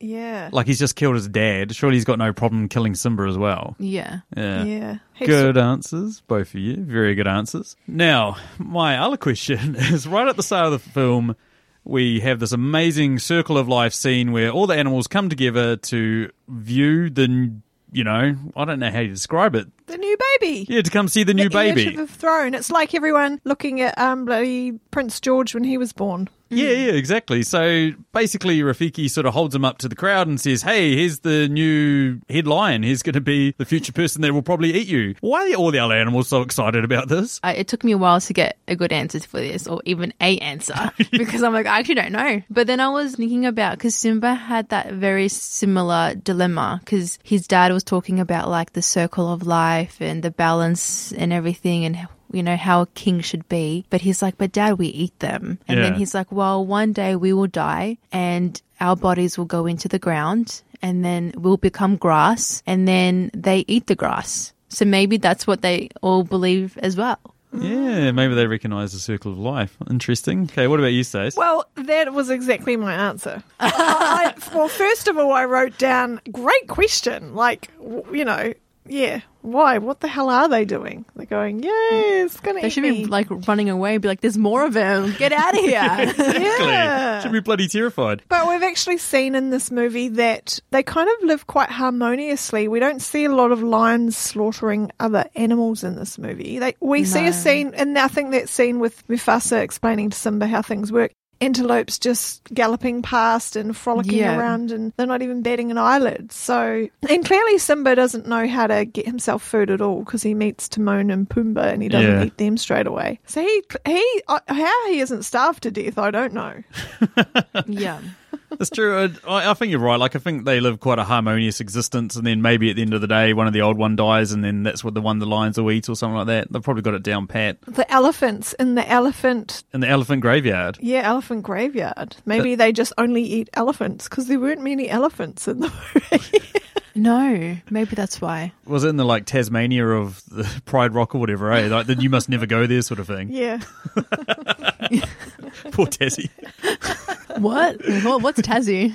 [SPEAKER 3] Yeah.
[SPEAKER 2] Like, he's just killed his dad. Surely he's got no problem killing Simba as well.
[SPEAKER 4] Yeah.
[SPEAKER 2] Yeah.
[SPEAKER 3] yeah. He
[SPEAKER 2] Good answers, both of you. Very good answers. Now, my other question is right at the start of the film, we have this amazing circle of life scene where all the animals come together to view the, you know, I don't know how you describe it.
[SPEAKER 3] The new baby.
[SPEAKER 2] Yeah, to come see the new
[SPEAKER 3] The heir
[SPEAKER 2] baby.
[SPEAKER 3] to the throne. It's like everyone looking at um bloody Prince George when he was born.
[SPEAKER 2] Yeah, yeah, exactly. So basically, Rafiki sort of holds him up to the crowd and says, Hey, here's the new head lion. He's going to be the future person that will probably eat you. Why are all the other animals so excited about this?
[SPEAKER 4] I, it took me a while to get a good answer for this, or even a answer, because I'm like, I actually don't know. But then I was thinking about because Simba had that very similar dilemma, because his dad was talking about like the circle of life and the balance and everything, and you know how a king should be. But he's like, but dad, we eat them, and then
[SPEAKER 2] Yeah.
[SPEAKER 4] he's like, well, one day we will die, and our bodies will go into the ground, and then we'll become grass, and then they eat the grass. So maybe that's what they all believe as well.
[SPEAKER 2] Yeah, maybe they recognise the circle of life. Interesting. Okay, what about you, Stace?
[SPEAKER 3] Well, that was exactly my answer. I, I- well, first of all, I wrote down great question. Like, w- you know, yeah, why? What the hell are they doing? They're going, yeah, it's going to
[SPEAKER 4] They should be like running away and be like, there's more of them. Get out of here.
[SPEAKER 3] yeah.
[SPEAKER 2] Should be bloody terrified.
[SPEAKER 3] But we've actually seen in this movie that they kind of live quite harmoniously. We don't see a lot of lions slaughtering other animals in this movie. They, we see
[SPEAKER 4] No.
[SPEAKER 3] a scene, and I think that scene with Mufasa explaining to Simba how things work. Antelopes just galloping past and frolicking
[SPEAKER 4] Yeah.
[SPEAKER 3] around, and they're not even batting an eyelid. So, and clearly Simba doesn't know how to get himself food at all because he meets Timon and Pumbaa, and he doesn't
[SPEAKER 2] Yeah.
[SPEAKER 3] eat them straight away. So he he uh, how he isn't starved to death, I don't know.
[SPEAKER 4] yeah.
[SPEAKER 2] That's true. I, I think you're right. Like, I think they live quite a harmonious existence, and then maybe at the end of the day, one of the old one dies, and then that's what the one the lions will eat or something like that. They've probably got it down pat.
[SPEAKER 3] the elephants in the elephant
[SPEAKER 2] In the elephant graveyard.
[SPEAKER 3] yeah elephant graveyard maybe they just only eat elephants because there weren't many elephants in the movie
[SPEAKER 4] No, maybe that's why.
[SPEAKER 2] Was it in the, like, Tasmania of the Pride Rock or whatever, eh? Like, then you must never go there sort of thing.
[SPEAKER 3] yeah
[SPEAKER 2] Poor Tassie.
[SPEAKER 4] What? What- What's Tassie?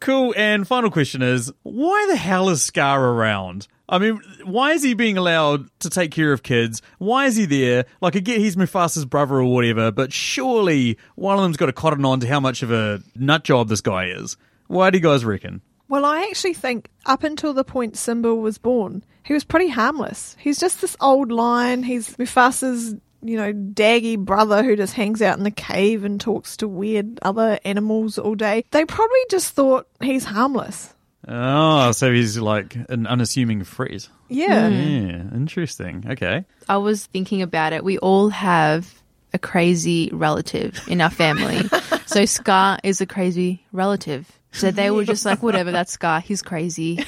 [SPEAKER 2] Cool. And final question is why the hell is Scar around? I mean, why is he being allowed to take care of kids? Why is he there? Like, I get he's Mufasa's brother or whatever, but surely one of them's got to cotton on to how much of a nut job this guy is. Why do you guys reckon?
[SPEAKER 3] well i actually think up until the point simba was born he was pretty harmless he's just this old lion he's mufasa's you know daggy brother who just hangs out in the cave and talks to weird other animals all day they probably just thought he's harmless
[SPEAKER 2] Oh, so he's like an unassuming freak.
[SPEAKER 3] yeah
[SPEAKER 2] Yeah, interesting. Okay.
[SPEAKER 4] I was thinking about it. We all have a crazy relative in our family. So Scar is a crazy relative. So they were just like, whatever, that's Scar. He's crazy,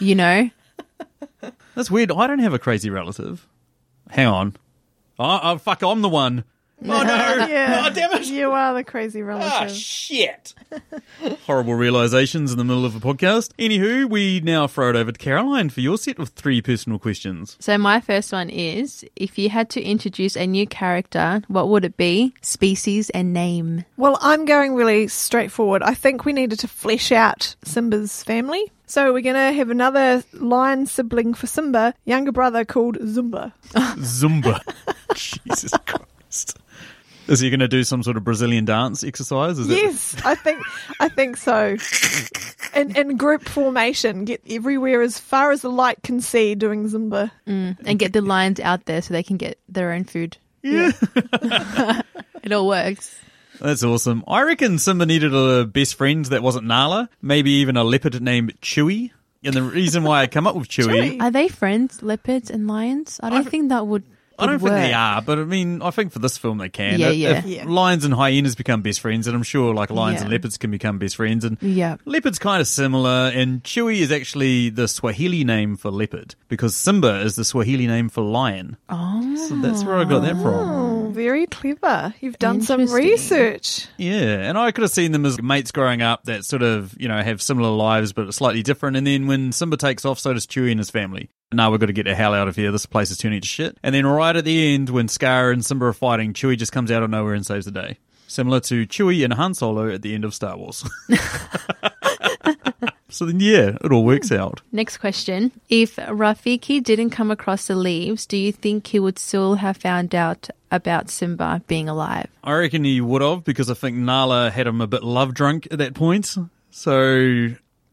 [SPEAKER 4] you know.
[SPEAKER 2] That's weird. I don't have a crazy relative. Hang on. Oh, oh fuck, I'm the one. Oh, no.
[SPEAKER 3] Yeah.
[SPEAKER 2] Oh, damn it.
[SPEAKER 3] uh, You are the crazy
[SPEAKER 2] Ah,
[SPEAKER 3] relative.
[SPEAKER 2] shit. Horrible realizations in the middle of a podcast. Anywho, we now throw it over to Caroline for your set of three personal questions.
[SPEAKER 4] So my first one is if you had to introduce a new character, what would it be? Species and name.
[SPEAKER 3] Well, I'm going really straightforward. I think we needed to flesh out Simba's family. So we're going to have another lion sibling for Simba, younger brother called Zumba.
[SPEAKER 2] Zumba. Jesus Christ. Is he going to do some sort of Brazilian dance exercise? Is that-
[SPEAKER 3] Yes, I think I think so. And in group formation, get everywhere as far as the light can see doing Zumba.
[SPEAKER 4] And get the lions out there so they can get their own food.
[SPEAKER 2] Yeah.
[SPEAKER 4] It all works.
[SPEAKER 2] That's awesome. I reckon Simba needed a best friend that wasn't Nala, maybe even a leopard named Chewy. And the reason why I come up with Chewy,
[SPEAKER 3] Chewy.
[SPEAKER 4] Are they friends, leopards and lions? I don't think that would.
[SPEAKER 2] I don't
[SPEAKER 4] would
[SPEAKER 2] think they
[SPEAKER 4] work.
[SPEAKER 2] are, but I mean, I think for this film they can.
[SPEAKER 4] Yeah,
[SPEAKER 2] If-
[SPEAKER 4] yeah.
[SPEAKER 2] if
[SPEAKER 3] Yeah.
[SPEAKER 2] Lions and hyenas become best friends, and I'm sure like lions and
[SPEAKER 4] Yeah.
[SPEAKER 2] leopards can become best friends. And
[SPEAKER 4] Yeah.
[SPEAKER 2] leopard's kind of similar, and Chewy is actually the Swahili name for leopard because Simba is the Swahili name for lion.
[SPEAKER 4] Oh.
[SPEAKER 2] So that's where I got that from.
[SPEAKER 3] Oh, very clever. You've done some
[SPEAKER 4] Interesting.
[SPEAKER 3] research.
[SPEAKER 2] Yeah, and I could have seen them as mates growing up that sort of, you know, have similar lives but slightly different. And then when Simba takes off, so does Chewie and his family. Now we've got to get the hell out of here. This place is turning to shit. And then right at the end, when Scar and Simba are fighting, Chewie just comes out of nowhere and saves the day. Similar to Chewie and Han Solo at the end of Star Wars. so then, yeah, it all works out.
[SPEAKER 4] Next question. If Rafiki didn't come across the leaves, do you think he would still have found out about Simba being alive?
[SPEAKER 2] I reckon he would have because I think Nala had him a bit love drunk at that point. So,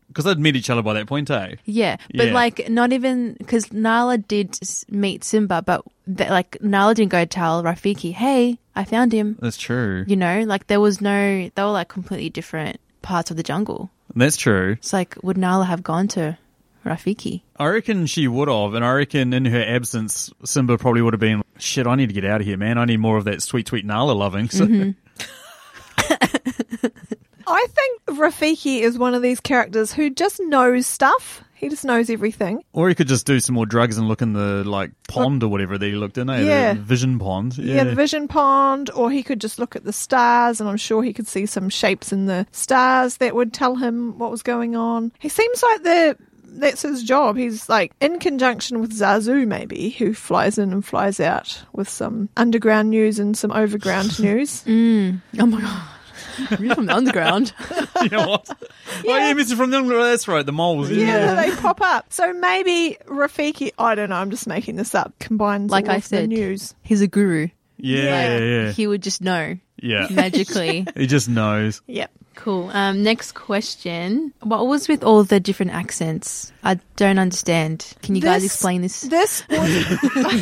[SPEAKER 2] because they'd met each other by that point, eh?
[SPEAKER 4] Yeah, but
[SPEAKER 2] Yeah.
[SPEAKER 4] like not even because Nala did s- meet Simba, but th- like Nala didn't go tell Rafiki, "Hey, I found him."
[SPEAKER 2] That's true.
[SPEAKER 4] You know, like there was no, they were like completely different parts of the jungle.
[SPEAKER 2] That's true.
[SPEAKER 4] It's like would Nala have gone to Rafiki?
[SPEAKER 2] I reckon she would have, and I reckon in her absence, Simba probably would have been shit. I need to get out of here, man. I need more of that sweet, sweet Nala loving. So,
[SPEAKER 3] Mm-hmm. I think Rafiki is one of these characters who just knows stuff. He just knows everything.
[SPEAKER 2] Or he could just do some more drugs and look in the like pond or whatever that he looked in. Eh?
[SPEAKER 3] Yeah.
[SPEAKER 2] the vision pond.
[SPEAKER 3] Yeah. the vision pond, or he could just look at the stars, and I'm sure he could see some shapes in the stars that would tell him what was going on. He seems like the that's his job. He's like in conjunction with Zazu, maybe, who flies in and flies out with some underground news and some overground news.
[SPEAKER 4] Oh my god, you're from the underground.
[SPEAKER 2] you know what? Oh yeah, Mister from them. That's right, the moles. Yeah.
[SPEAKER 3] Yeah, they pop up. So maybe Rafiki, I don't know, I'm just making this up, combines
[SPEAKER 4] Like
[SPEAKER 3] all
[SPEAKER 4] I
[SPEAKER 3] of
[SPEAKER 4] said,
[SPEAKER 3] the news.
[SPEAKER 4] He's a guru.
[SPEAKER 2] yeah, yeah,
[SPEAKER 4] He would just know
[SPEAKER 2] yeah. yeah.
[SPEAKER 4] magically.
[SPEAKER 2] He just knows.
[SPEAKER 3] Yep.
[SPEAKER 4] Cool. Um, next question. What was with all the different accents? I don't understand. Can you guys
[SPEAKER 3] This-
[SPEAKER 4] explain this?
[SPEAKER 3] This was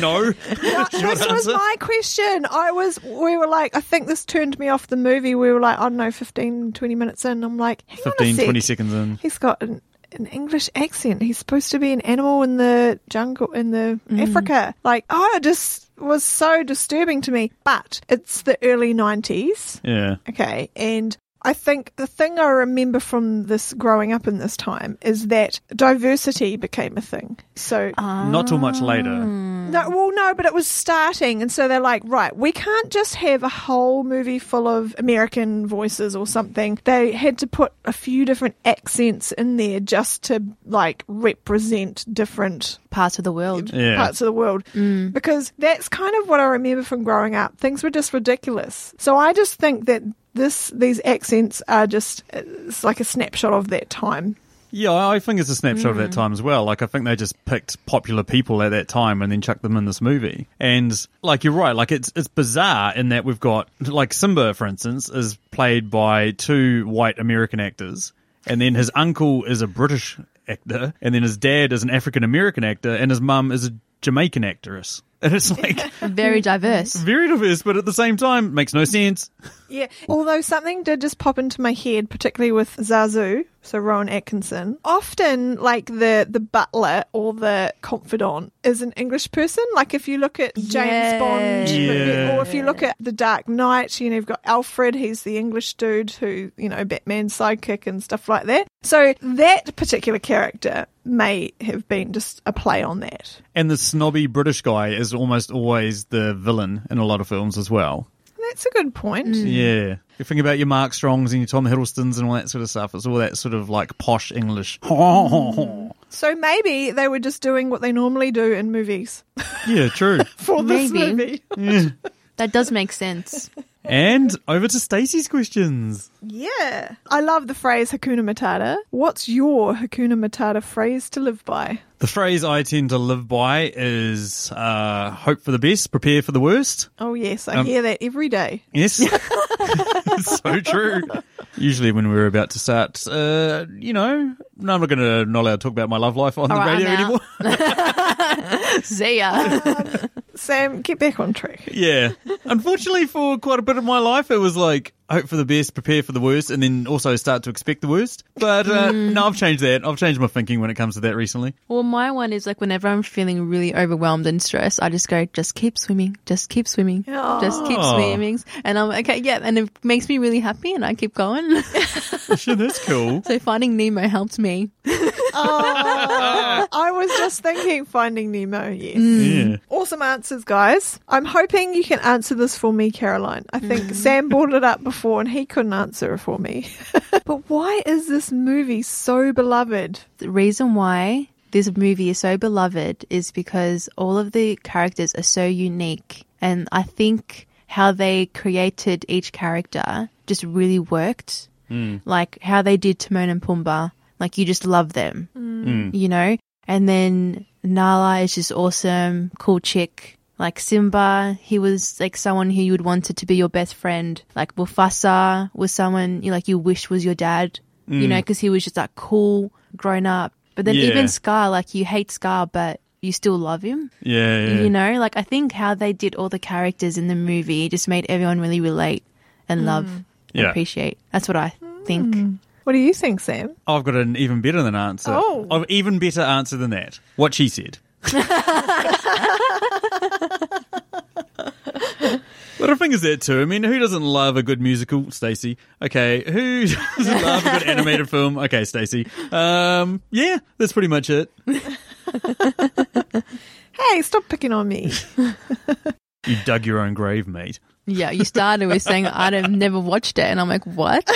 [SPEAKER 2] no.
[SPEAKER 3] Uh, this was
[SPEAKER 2] answer?
[SPEAKER 3] my question. I was, we were like, I think this turned me off the movie. We were like, I don't know, 15, 20 minutes in. I'm like, hang on a
[SPEAKER 2] 15,
[SPEAKER 3] sec.
[SPEAKER 2] 20 seconds in.
[SPEAKER 3] He's got an, an English accent. He's supposed to be an animal in the jungle, in the Africa. Like, oh, it just was so disturbing to me. But it's the early 90s.
[SPEAKER 2] Yeah.
[SPEAKER 3] Okay. And I think the thing I remember from this growing up in this time is that diversity became a thing. So
[SPEAKER 2] Not till much later.
[SPEAKER 3] no, well, no, but it was starting, and so they're like, right, we can't just have a whole movie full of American voices or something. They had to put a few different accents in there just to like represent different
[SPEAKER 4] Parts of the world.
[SPEAKER 2] Yeah.
[SPEAKER 3] parts of the world because that's kind of what I remember from growing up. Things were just ridiculous. So I just think that this these accents are just it's like a snapshot of that time.
[SPEAKER 2] Yeah, I I think it's a snapshot of that time as well. Like, I think they just picked popular people at that time and then chucked them in this movie. And like, you're right. Like, it's it's bizarre in that we've got like Simba, for instance, is played by two white American actors, and then his uncle is a British actor, and then his dad is an African American actor, and his mum is a Jamaican actress. And it's like
[SPEAKER 4] Very diverse.
[SPEAKER 2] very diverse, but at the same time makes no sense.
[SPEAKER 3] Yeah. Although something did just pop into my head, particularly with Zazu. so Rowan Atkinson, often like the the butler or the confidant is an English person. Like if you look at James
[SPEAKER 4] Yeah.
[SPEAKER 3] Bond,
[SPEAKER 2] Yeah.
[SPEAKER 3] or if you look at The Dark Knight, you know you've got Alfred. He's the English dude who you know Batman's sidekick and stuff like that. So that particular character may have been just a play on that.
[SPEAKER 2] And the snobby British guy is almost always the villain in a lot of films as well.
[SPEAKER 3] That's a good point.
[SPEAKER 2] Mm. Yeah. You think about your Mark Strongs and your Tom Hiddlestons and all that sort of stuff. It's all that sort of like posh English.
[SPEAKER 3] So maybe they were just doing what they normally do in movies
[SPEAKER 2] yeah, true.
[SPEAKER 3] for this
[SPEAKER 4] Maybe.
[SPEAKER 3] movie.
[SPEAKER 4] That does make sense.
[SPEAKER 2] And over to Stacey's questions.
[SPEAKER 3] Yeah. I love the phrase Hakuna Matata. What's your Hakuna Matata phrase to live by?
[SPEAKER 2] The phrase I tend to live by is uh, hope for the best, prepare for the worst.
[SPEAKER 3] Oh, yes, I
[SPEAKER 2] Um,
[SPEAKER 3] hear that every day.
[SPEAKER 2] Yes. It's so true. Usually, when we're about to start, uh, you know, no, I'm not going to not allowed to talk about my love life on
[SPEAKER 4] All
[SPEAKER 2] the
[SPEAKER 4] right,
[SPEAKER 2] radio
[SPEAKER 4] I'm out.
[SPEAKER 2] anymore.
[SPEAKER 4] See ya.
[SPEAKER 3] Sam, get back on track.
[SPEAKER 2] yeah. Unfortunately, for quite a bit of my life, it was like hope for the best, prepare for the worst, and then also start to expect the worst. But uh,
[SPEAKER 4] Hmm.
[SPEAKER 2] no, I've changed that. I've changed my thinking when it comes to that recently.
[SPEAKER 4] Well, my one is like whenever I'm feeling really overwhelmed and stressed, I just go, just keep swimming, just keep swimming, just keep
[SPEAKER 2] Oh.
[SPEAKER 4] swimming. And I'm okay, yeah. And it makes me really happy and I keep going.
[SPEAKER 2] Sure, that's cool.
[SPEAKER 4] so Finding Nemo helped me.
[SPEAKER 3] Oh, I was just thinking Finding Nemo, yes.
[SPEAKER 2] Yeah.
[SPEAKER 3] Awesome answers, guys. I'm hoping you can answer this for me, Caroline. I think Sam brought it up before and he couldn't answer it for me. but why is this movie so beloved?
[SPEAKER 4] The reason why this movie is so beloved is because all of the characters are so unique. And I think how they created each character just really worked. Like how they did Timon and Pumbaa. Like you just love them.
[SPEAKER 2] Mm.
[SPEAKER 4] you know? And then Nala is just awesome, cool chick. Like Simba, he was like someone who you would wanted to be your best friend. Like Mufasa was someone you like you wish was your dad, you know, because he was just like cool, grown up. But then
[SPEAKER 2] Mm. Yeah.
[SPEAKER 4] even Scar, like you hate Scar, but you still love him.
[SPEAKER 2] Yeah. yeah.
[SPEAKER 4] You know, like I think how they did all the characters in the movie just made everyone really relate and love and
[SPEAKER 2] Yeah.
[SPEAKER 4] appreciate. That's what I think.
[SPEAKER 3] What do you think, Sam?
[SPEAKER 2] I've got an even better than answer.
[SPEAKER 3] Oh.
[SPEAKER 2] An even better answer than that. What she said. but the thing is that too. I mean, who doesn't love a good musical, Stacey? Okay, who doesn't love a good animated film? Okay, Stacey. Um, yeah, that's pretty much it.
[SPEAKER 3] Hey, stop picking on me.
[SPEAKER 2] You dug your own grave, mate.
[SPEAKER 4] Yeah, you started with saying I'd have never watched it, and I'm like, what?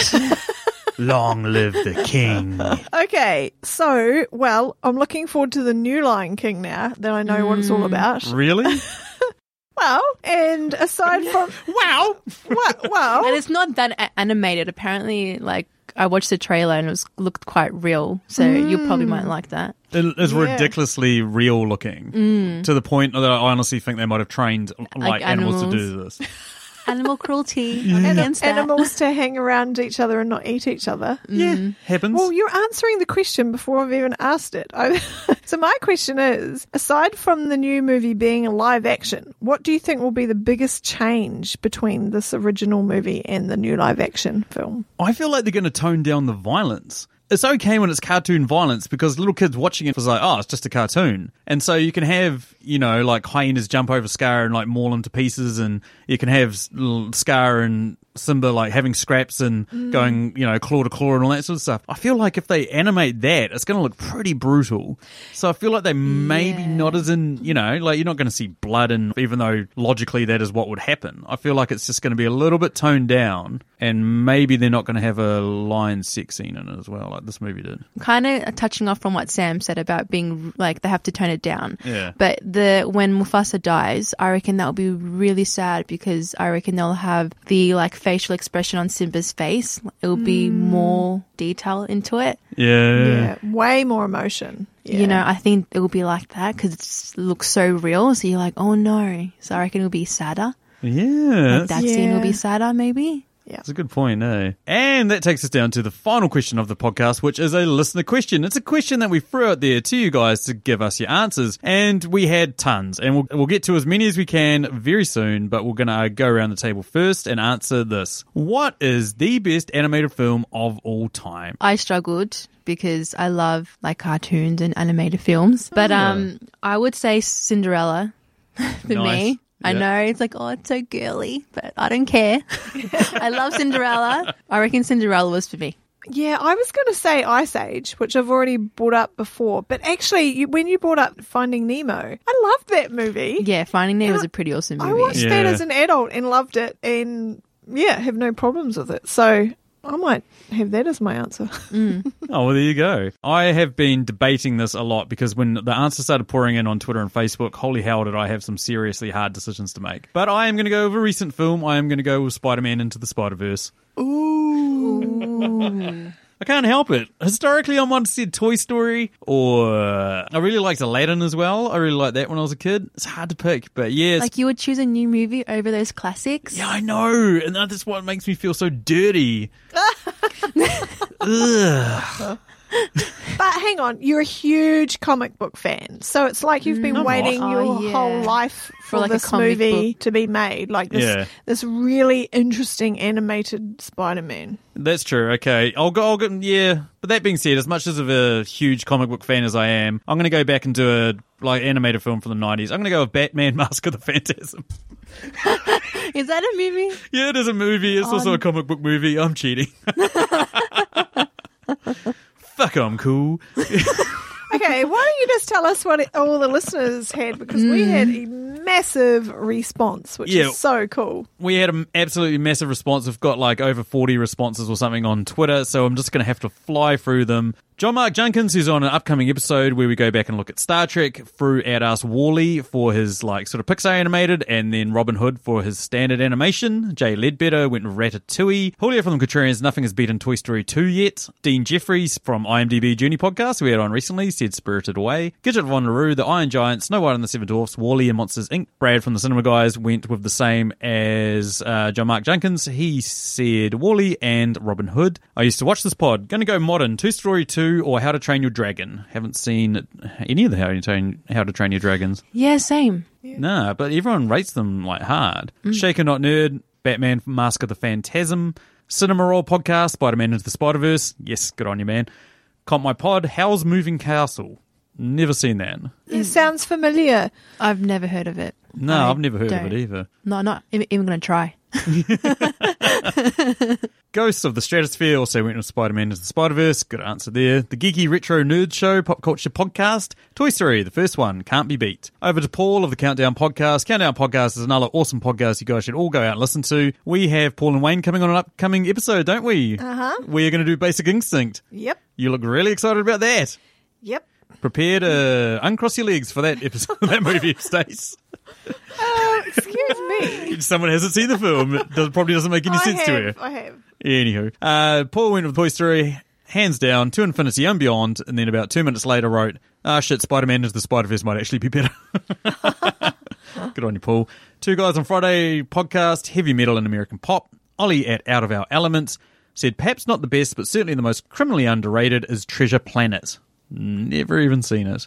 [SPEAKER 2] Long live the king.
[SPEAKER 3] Okay, so, well, I'm looking forward to the new Lion King now that I know what it's
[SPEAKER 4] Mm.
[SPEAKER 3] all about.
[SPEAKER 2] Really?
[SPEAKER 3] Well, and aside from. wow! What, well,
[SPEAKER 4] and it's not that a- animated. Apparently, like I watched the trailer and it was looked quite real, so you probably might like that.
[SPEAKER 2] It is
[SPEAKER 3] Yeah. Mm.
[SPEAKER 2] ridiculously real looking to the point that I honestly think they might have trained like animals to
[SPEAKER 4] animals.
[SPEAKER 2] do this.
[SPEAKER 4] Animal cruelty
[SPEAKER 3] and
[SPEAKER 4] against that. Mm.
[SPEAKER 3] animals to hang around each other and not eat each other.
[SPEAKER 2] Yeah, happens.
[SPEAKER 3] Well, you're answering the question before I've even asked it. I, so, my question is aside from the new movie being a live action, what do you think will be the biggest change between this original movie and the new live action film?
[SPEAKER 2] I feel like they're going to tone down the violence. It's okay when it's cartoon violence because little kids watching it was like, oh, it's just a cartoon. And so you can have, you know, like hyenas jump over Scar and like maul him to pieces, and you can have s- little Scar and Simba like having scraps and going, you know, claw to claw and all that sort of stuff. I feel like if they animate that, it's going to look pretty brutal. So I feel like they maybe not as in, you know, like you're not going to see blood, and even though logically that is what would happen, I feel like it's just going to be a little bit toned down, and maybe they're not going to have a lion sex scene in it as well, like this movie did.
[SPEAKER 4] kind of touching off from what Sam said about being like they have to tone it down.
[SPEAKER 2] Yeah.
[SPEAKER 4] But the when Mufasa dies, I reckon that'll be really sad because I reckon they'll have the like facial expression on Simba's face. It'll be more detail into it.
[SPEAKER 2] Yeah.
[SPEAKER 3] Yeah, way more emotion. Yeah.
[SPEAKER 4] You know, I think it will be like that because it looks so real. So you're like, oh no. So I reckon it'll be sadder.
[SPEAKER 2] Yeah.
[SPEAKER 4] That scene will
[SPEAKER 3] Yeah.
[SPEAKER 4] be sadder, maybe.
[SPEAKER 3] Yeah.
[SPEAKER 2] It's a good point, eh? And that takes us down to the final question of the podcast, which is a listener question. It's a question that we threw out there to you guys to give us your answers, and we had tons, and we'll, we'll get to as many as we can very soon, but we're going to go around the table first and answer this. What is the best animated film of all time?
[SPEAKER 4] I struggled because I love like cartoons and animated films, but um, I would say Cinderella for
[SPEAKER 2] Nice.
[SPEAKER 4] me. I
[SPEAKER 2] Yeah.
[SPEAKER 4] know it's like oh, it's so girly, but I don't care. I love Cinderella. I reckon Cinderella was for me.
[SPEAKER 3] Yeah, I was going to say Ice Age, which I've already brought up before, but actually, you, when you brought up Finding Nemo, I loved that movie.
[SPEAKER 4] Yeah, Finding Nemo was a pretty awesome
[SPEAKER 3] I
[SPEAKER 4] movie.
[SPEAKER 3] watched that
[SPEAKER 2] Yeah.
[SPEAKER 3] as an adult and loved it, and yeah, have no problems with it. So I might have that as my answer.
[SPEAKER 2] Oh, well, there you go. I have been debating this a lot because when the answers started pouring in on Twitter and Facebook, holy hell, did I have some seriously hard decisions to make. But I am going to go with a recent film. I am going to go with Spider Man Into the Spider Verse. I can't help it. Historically, I might have said Toy Story, or uh, I really liked Aladdin as well. I really liked that when I was a kid. It's hard to pick, but yeah, it's
[SPEAKER 4] Like you would choose a new movie over those classics.
[SPEAKER 2] yeah, I know, and that's what makes me feel so dirty. Ugh.
[SPEAKER 3] but hang on, you're a huge comic book fan, so it's like you've been waiting
[SPEAKER 4] Oh,
[SPEAKER 3] your
[SPEAKER 4] yeah.
[SPEAKER 3] whole life for,
[SPEAKER 4] like, a
[SPEAKER 3] this
[SPEAKER 4] comic
[SPEAKER 3] movie
[SPEAKER 4] book.
[SPEAKER 3] to be made, like this
[SPEAKER 2] Yeah.
[SPEAKER 3] this really interesting animated Spider-Man.
[SPEAKER 2] That's true. Okay, I'll go. I'll go. Yeah, but that being said, as much as of a huge comic book fan as I am, I'm going to go back and do a like animated film from the '90s. I'm going to go with Batman: Mask of the Phantasm.
[SPEAKER 4] Is that a movie?
[SPEAKER 2] yeah, it is a movie. It's also a comic book movie. I'm cheating. Fuck, I'm cool.
[SPEAKER 3] Okay, why don't you just tell us what it, all the listeners had because we had a massive response, which
[SPEAKER 2] Yeah.
[SPEAKER 3] is so cool.
[SPEAKER 2] We had an absolutely massive response. We've got like over 40 responses or something on Twitter, so I'm just going to have to fly through them. John Mark Jenkins, who's on an upcoming episode where we go back and look at Star Trek, threw at us Wally for his like sort of Pixar animated, and then Robin Hood for his standard animation. Jay Ledbetter went with Ratatouille. Julio from the Contrarians, nothing has beaten Toy Story 2 yet. Dean Jeffries from IMDb Junior podcast, we had on recently, said Spirited Away. Gidget von LaRue, The Iron Giant, Snow White and the Seven Dwarfs, Wally and Monsters Inc. Brad from the Cinema Guys went with the same as uh, John Mark Jenkins. He said Wally and Robin Hood. I used to watch this pod. Gonna go modern, Two Story 2 or How to Train Your Dragon. Haven't seen any of the How to Train, How to Train Your Dragons.
[SPEAKER 4] Yeah, same.
[SPEAKER 2] Nah, but everyone rates them like hard.
[SPEAKER 4] Mm.
[SPEAKER 2] Shaker Not Nerd, Batman Mask of the Phantasm, Cinema Roll Podcast, Spider Man Into the Spider Verse. Yes, good on you, man. Comp My Pod, How's Moving Castle. Never seen that.
[SPEAKER 3] It sounds familiar.
[SPEAKER 4] I've never heard of it.
[SPEAKER 2] No,
[SPEAKER 4] I
[SPEAKER 2] I've never heard of
[SPEAKER 4] don't.
[SPEAKER 2] it either.
[SPEAKER 4] No, not even, even going to try.
[SPEAKER 2] Ghosts of the Stratosphere also went with Spider Man into the Spider Verse. Good answer there. The Geeky Retro Nerd Show, Pop Culture Podcast, Toy Story, the first one, can't be beat. Over to Paul of the Countdown Podcast. Countdown Podcast is another awesome podcast you guys should all go out and listen to. We have Paul and Wayne coming on an upcoming episode, don't we? Uh
[SPEAKER 3] Uh-huh.
[SPEAKER 2] huh. We're going to do Basic Instinct.
[SPEAKER 3] Yep.
[SPEAKER 2] You look really excited about that.
[SPEAKER 3] Yep.
[SPEAKER 2] Prepare to uncross your legs for that episode, that movie, Stace.
[SPEAKER 3] Oh, excuse me.
[SPEAKER 2] If someone hasn't seen the film, it does- probably doesn't make any
[SPEAKER 3] I
[SPEAKER 2] sense to her.
[SPEAKER 3] have. I have.
[SPEAKER 2] Anywho, uh, Paul went with Toy Story, hands down, to infinity and beyond, and then about two minutes later wrote, ah, shit, Spider Man into the Spider Verse might actually be better. Good on you, Paul. Two Guys on Friday podcast, Heavy Metal and American Pop. Ollie at Out of Our Elements said, perhaps not the best, but certainly the most criminally underrated is Treasure Planet. Never even seen it.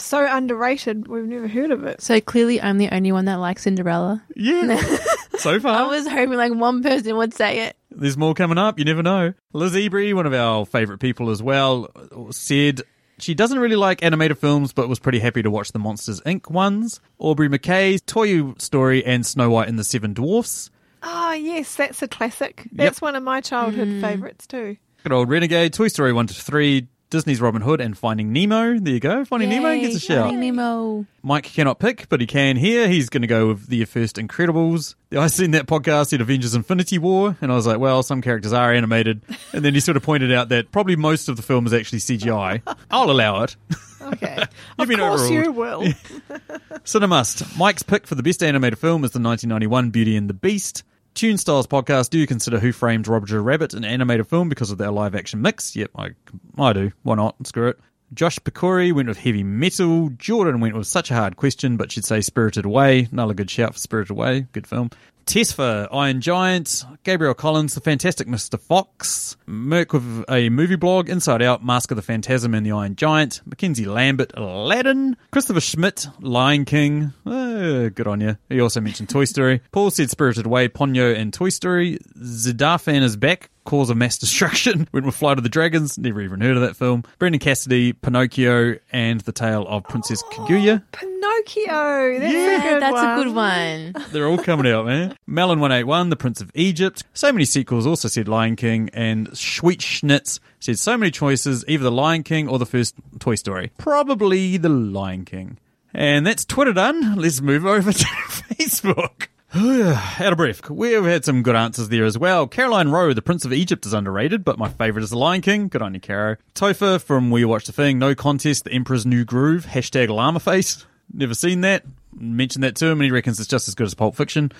[SPEAKER 3] So underrated. We've never heard of it.
[SPEAKER 4] So clearly, I'm the only one that likes Cinderella.
[SPEAKER 2] Yeah. so far.
[SPEAKER 4] I was hoping like one person would say it.
[SPEAKER 2] There's more coming up. You never know. Liz Ebri, one of our favourite people as well, said she doesn't really like animated films, but was pretty happy to watch the Monsters Inc. ones. Aubrey McKay's Toy Story and Snow White and the Seven Dwarfs.
[SPEAKER 3] Oh, yes, that's a classic. That's one of my childhood
[SPEAKER 4] Mm.
[SPEAKER 3] favourites, too.
[SPEAKER 2] Good old Renegade, Toy Story 1 to 3, Disney's Robin Hood, and Finding Nemo. There you go. Finding Nemo
[SPEAKER 4] Yay,
[SPEAKER 2] gets a
[SPEAKER 4] Finding
[SPEAKER 2] shout.
[SPEAKER 4] Nemo.
[SPEAKER 2] Mike cannot pick, but he can here. He's going to go with the first Incredibles. I seen that podcast at Avengers Infinity War, and I was like, well, some characters are animated. And then he sort of pointed out that probably most of the film is actually CGI. I'll allow it.
[SPEAKER 3] Okay.
[SPEAKER 2] You've
[SPEAKER 3] of
[SPEAKER 2] been
[SPEAKER 3] course
[SPEAKER 2] overruled.
[SPEAKER 3] you will.
[SPEAKER 2] Cinemust. Mike's pick for the best animated film is the 1991 Beauty and the Beast. Tune Styles podcast. Do you consider Who Framed Roger Rabbit an animated film because of their live action mix? Yep, I, I do. Why not? Screw it. Josh Picori went with Heavy Metal. Jordan went with Such a Hard Question, but she'd say Spirited Away. Another good shout for Spirited Away. Good film. Tesfa, Iron Giant, Gabriel Collins, The Fantastic Mr. Fox, Merc with a movie blog, Inside Out, Mask of the Phantasm and the Iron Giant, Mackenzie Lambert, Aladdin, Christopher Schmidt, Lion King, uh, good on you. He also mentioned Toy Story. Paul said Spirited Away, Ponyo and Toy Story. Zidafan is back, Cause of Mass Destruction, went with Flight of the Dragons, never even heard of that film. Brendan Cassidy, Pinocchio, and The Tale of Princess Kaguya.
[SPEAKER 3] Pinocchio. That's a
[SPEAKER 4] Yeah,
[SPEAKER 3] good
[SPEAKER 4] that's
[SPEAKER 3] one.
[SPEAKER 4] a good one.
[SPEAKER 2] They're all coming out, man. Melon 181, The Prince of Egypt. So many sequels also said Lion King, and Sweet Schnitz said so many choices, either The Lion King or the first Toy Story. Probably The Lion King. And that's Twitter done. Let's move over to Facebook. Out of breath. We've had some good answers there as well. Caroline Rowe, The Prince of Egypt is underrated, but my favourite is The Lion King. Good on you, Caro. Topher from We Watch the Thing, No Contest, The Emperor's New Groove, hashtag llama face. Never seen that. Mentioned that to him, and he reckons it's just as good as Pulp Fiction.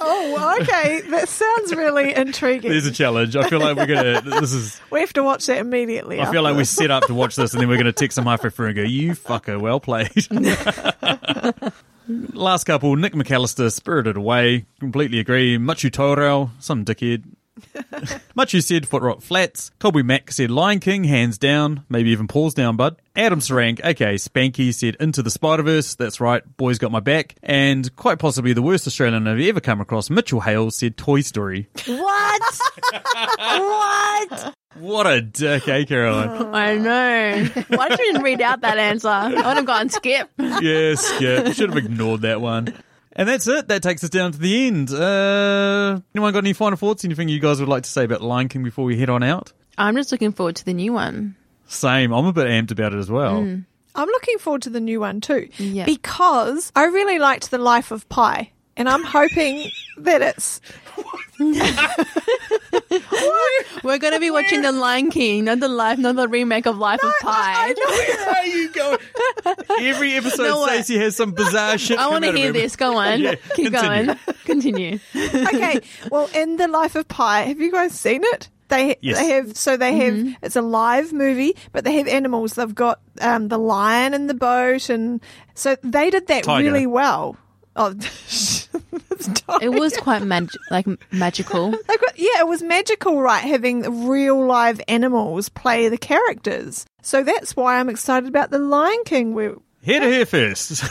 [SPEAKER 3] Oh, okay. That sounds really
[SPEAKER 2] There's
[SPEAKER 3] intriguing.
[SPEAKER 2] a challenge. I feel like we're gonna. This is.
[SPEAKER 3] we have to watch that immediately.
[SPEAKER 2] I feel like we're set up to watch this, and then we're gonna text him halfway through and go, "You fucker, well played." Last couple: Nick McAllister, Spirited Away. Completely agree. Machu Torel, some dickhead. Machu said Foot Rock Flats. Colby Mack said Lion King, hands down. Maybe even Paul's down, bud. Adam Sarank, aka Spanky, said Into the Spider Verse. That's right, boys got my back. And quite possibly the worst Australian I've ever come across, Mitchell Hale, said Toy Story.
[SPEAKER 4] What? what?
[SPEAKER 2] What a dick, eh, Caroline?
[SPEAKER 4] I know. Why did you even read out that answer? I would have gone skip.
[SPEAKER 2] yes, yeah. Should have ignored that one. And that's it. That takes us down to the end. Uh, anyone got any final thoughts? Anything you guys would like to say about Lion King before we head on out?
[SPEAKER 4] I'm just looking forward to the new one.
[SPEAKER 2] Same. I'm a bit amped about it as well.
[SPEAKER 4] Mm.
[SPEAKER 3] I'm looking forward to the new one too
[SPEAKER 4] Yeah.
[SPEAKER 3] because I really liked The Life of Pi and I'm hoping that it's
[SPEAKER 4] We're going to be watching The Lion King, not the life, not the remake of Life of Pi.
[SPEAKER 2] Where are you going? Every episode,
[SPEAKER 4] No, what?
[SPEAKER 2] Stacey has some bizarre shit.
[SPEAKER 4] I
[SPEAKER 2] come
[SPEAKER 4] want to
[SPEAKER 2] out of
[SPEAKER 4] hear
[SPEAKER 2] him.
[SPEAKER 4] this. Go on.
[SPEAKER 2] Yeah,
[SPEAKER 4] Keep
[SPEAKER 2] continue.
[SPEAKER 4] going. Continue.
[SPEAKER 3] okay. Well, in the life of Pi, have you guys seen it? They,
[SPEAKER 2] Yes.
[SPEAKER 3] they have so they have
[SPEAKER 4] Mm-hmm.
[SPEAKER 3] it's a live movie, but they have animals. They've got um, the lion and the boat, and so they did that
[SPEAKER 2] Tiger.
[SPEAKER 3] really well. Oh, it's
[SPEAKER 4] It
[SPEAKER 3] tiger.
[SPEAKER 4] was quite mag- like magical.
[SPEAKER 3] They've got- yeah, it was magical, right? Having real live animals play the characters. So that's why I'm excited about the Lion King. We're, well,
[SPEAKER 2] Here to here first.
[SPEAKER 3] it-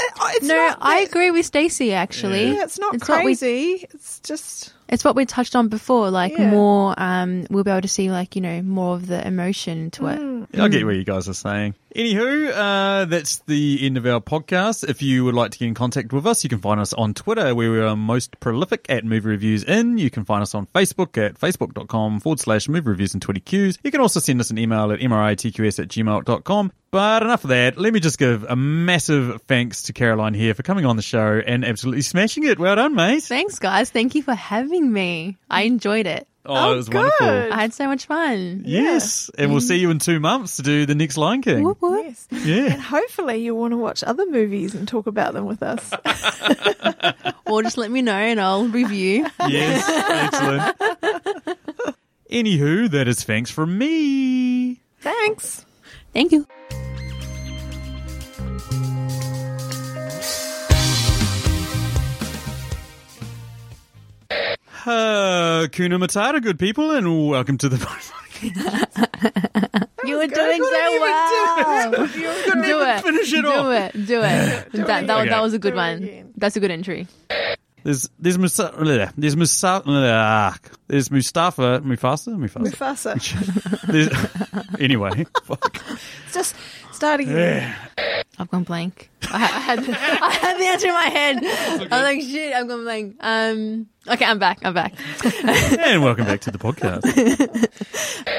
[SPEAKER 3] it's
[SPEAKER 4] No,
[SPEAKER 3] not
[SPEAKER 4] I
[SPEAKER 3] that-
[SPEAKER 4] agree with Stacey actually.
[SPEAKER 3] Yeah, it's not
[SPEAKER 4] what we-
[SPEAKER 3] crazy. it's just
[SPEAKER 4] it's what we touched on before. Like
[SPEAKER 3] Yeah.
[SPEAKER 4] more, um, we'll be able to see like you know more of the emotion to it.
[SPEAKER 3] Hmm.
[SPEAKER 2] I get what you guys are saying. Anywho, uh, that's the end of our podcast. If you would like to get in contact with us, you can find us on Twitter, where we are most prolific at Movie Reviews In. You can find us on Facebook at facebook.com forward slash movie reviews and 20 Qs. You can also send us an email at mritqs at gmail.com. But enough of that. Let me just give a massive thanks to Caroline here for coming on the show and absolutely smashing it. Well done, mate.
[SPEAKER 4] Thanks, guys. Thank you for having me. I enjoyed it.
[SPEAKER 2] Oh, it was wonderful.
[SPEAKER 3] Mm. good.
[SPEAKER 4] I had so much fun.
[SPEAKER 2] Yes. And we'll see you in two months to do the next Lion King.
[SPEAKER 4] Whoop, whoop.
[SPEAKER 3] yes.
[SPEAKER 2] Yeah.
[SPEAKER 3] And hopefully you'll want to watch other movies and talk about them with us.
[SPEAKER 4] Or just let me know and I'll review.
[SPEAKER 2] Yes, excellent. Anywho, that is thanks from me.
[SPEAKER 3] Thanks.
[SPEAKER 4] Thank you.
[SPEAKER 2] Uh, Kuna Matata, good people, and welcome to the.
[SPEAKER 4] You were doing so well.
[SPEAKER 3] Wow.
[SPEAKER 4] Do it.
[SPEAKER 2] finish it
[SPEAKER 4] Uh, do
[SPEAKER 2] off.
[SPEAKER 4] it. Do it. that, that,
[SPEAKER 2] Okay.
[SPEAKER 4] that was a good
[SPEAKER 3] Do it
[SPEAKER 4] one.
[SPEAKER 3] again.
[SPEAKER 4] That's a good entry.
[SPEAKER 2] there's there's Musa, bleh, there's Musa, bleh, there's Mustafa Mufasa Mufasa.
[SPEAKER 3] Mufasa.
[SPEAKER 2] There's, anyway, fuck.
[SPEAKER 3] It's Just start again.
[SPEAKER 4] I've gone blank. I, I had I had the answer in my head. I'm like, shit, I've gone blank. Um, okay, I'm back. I'm back.
[SPEAKER 2] and welcome back to the podcast.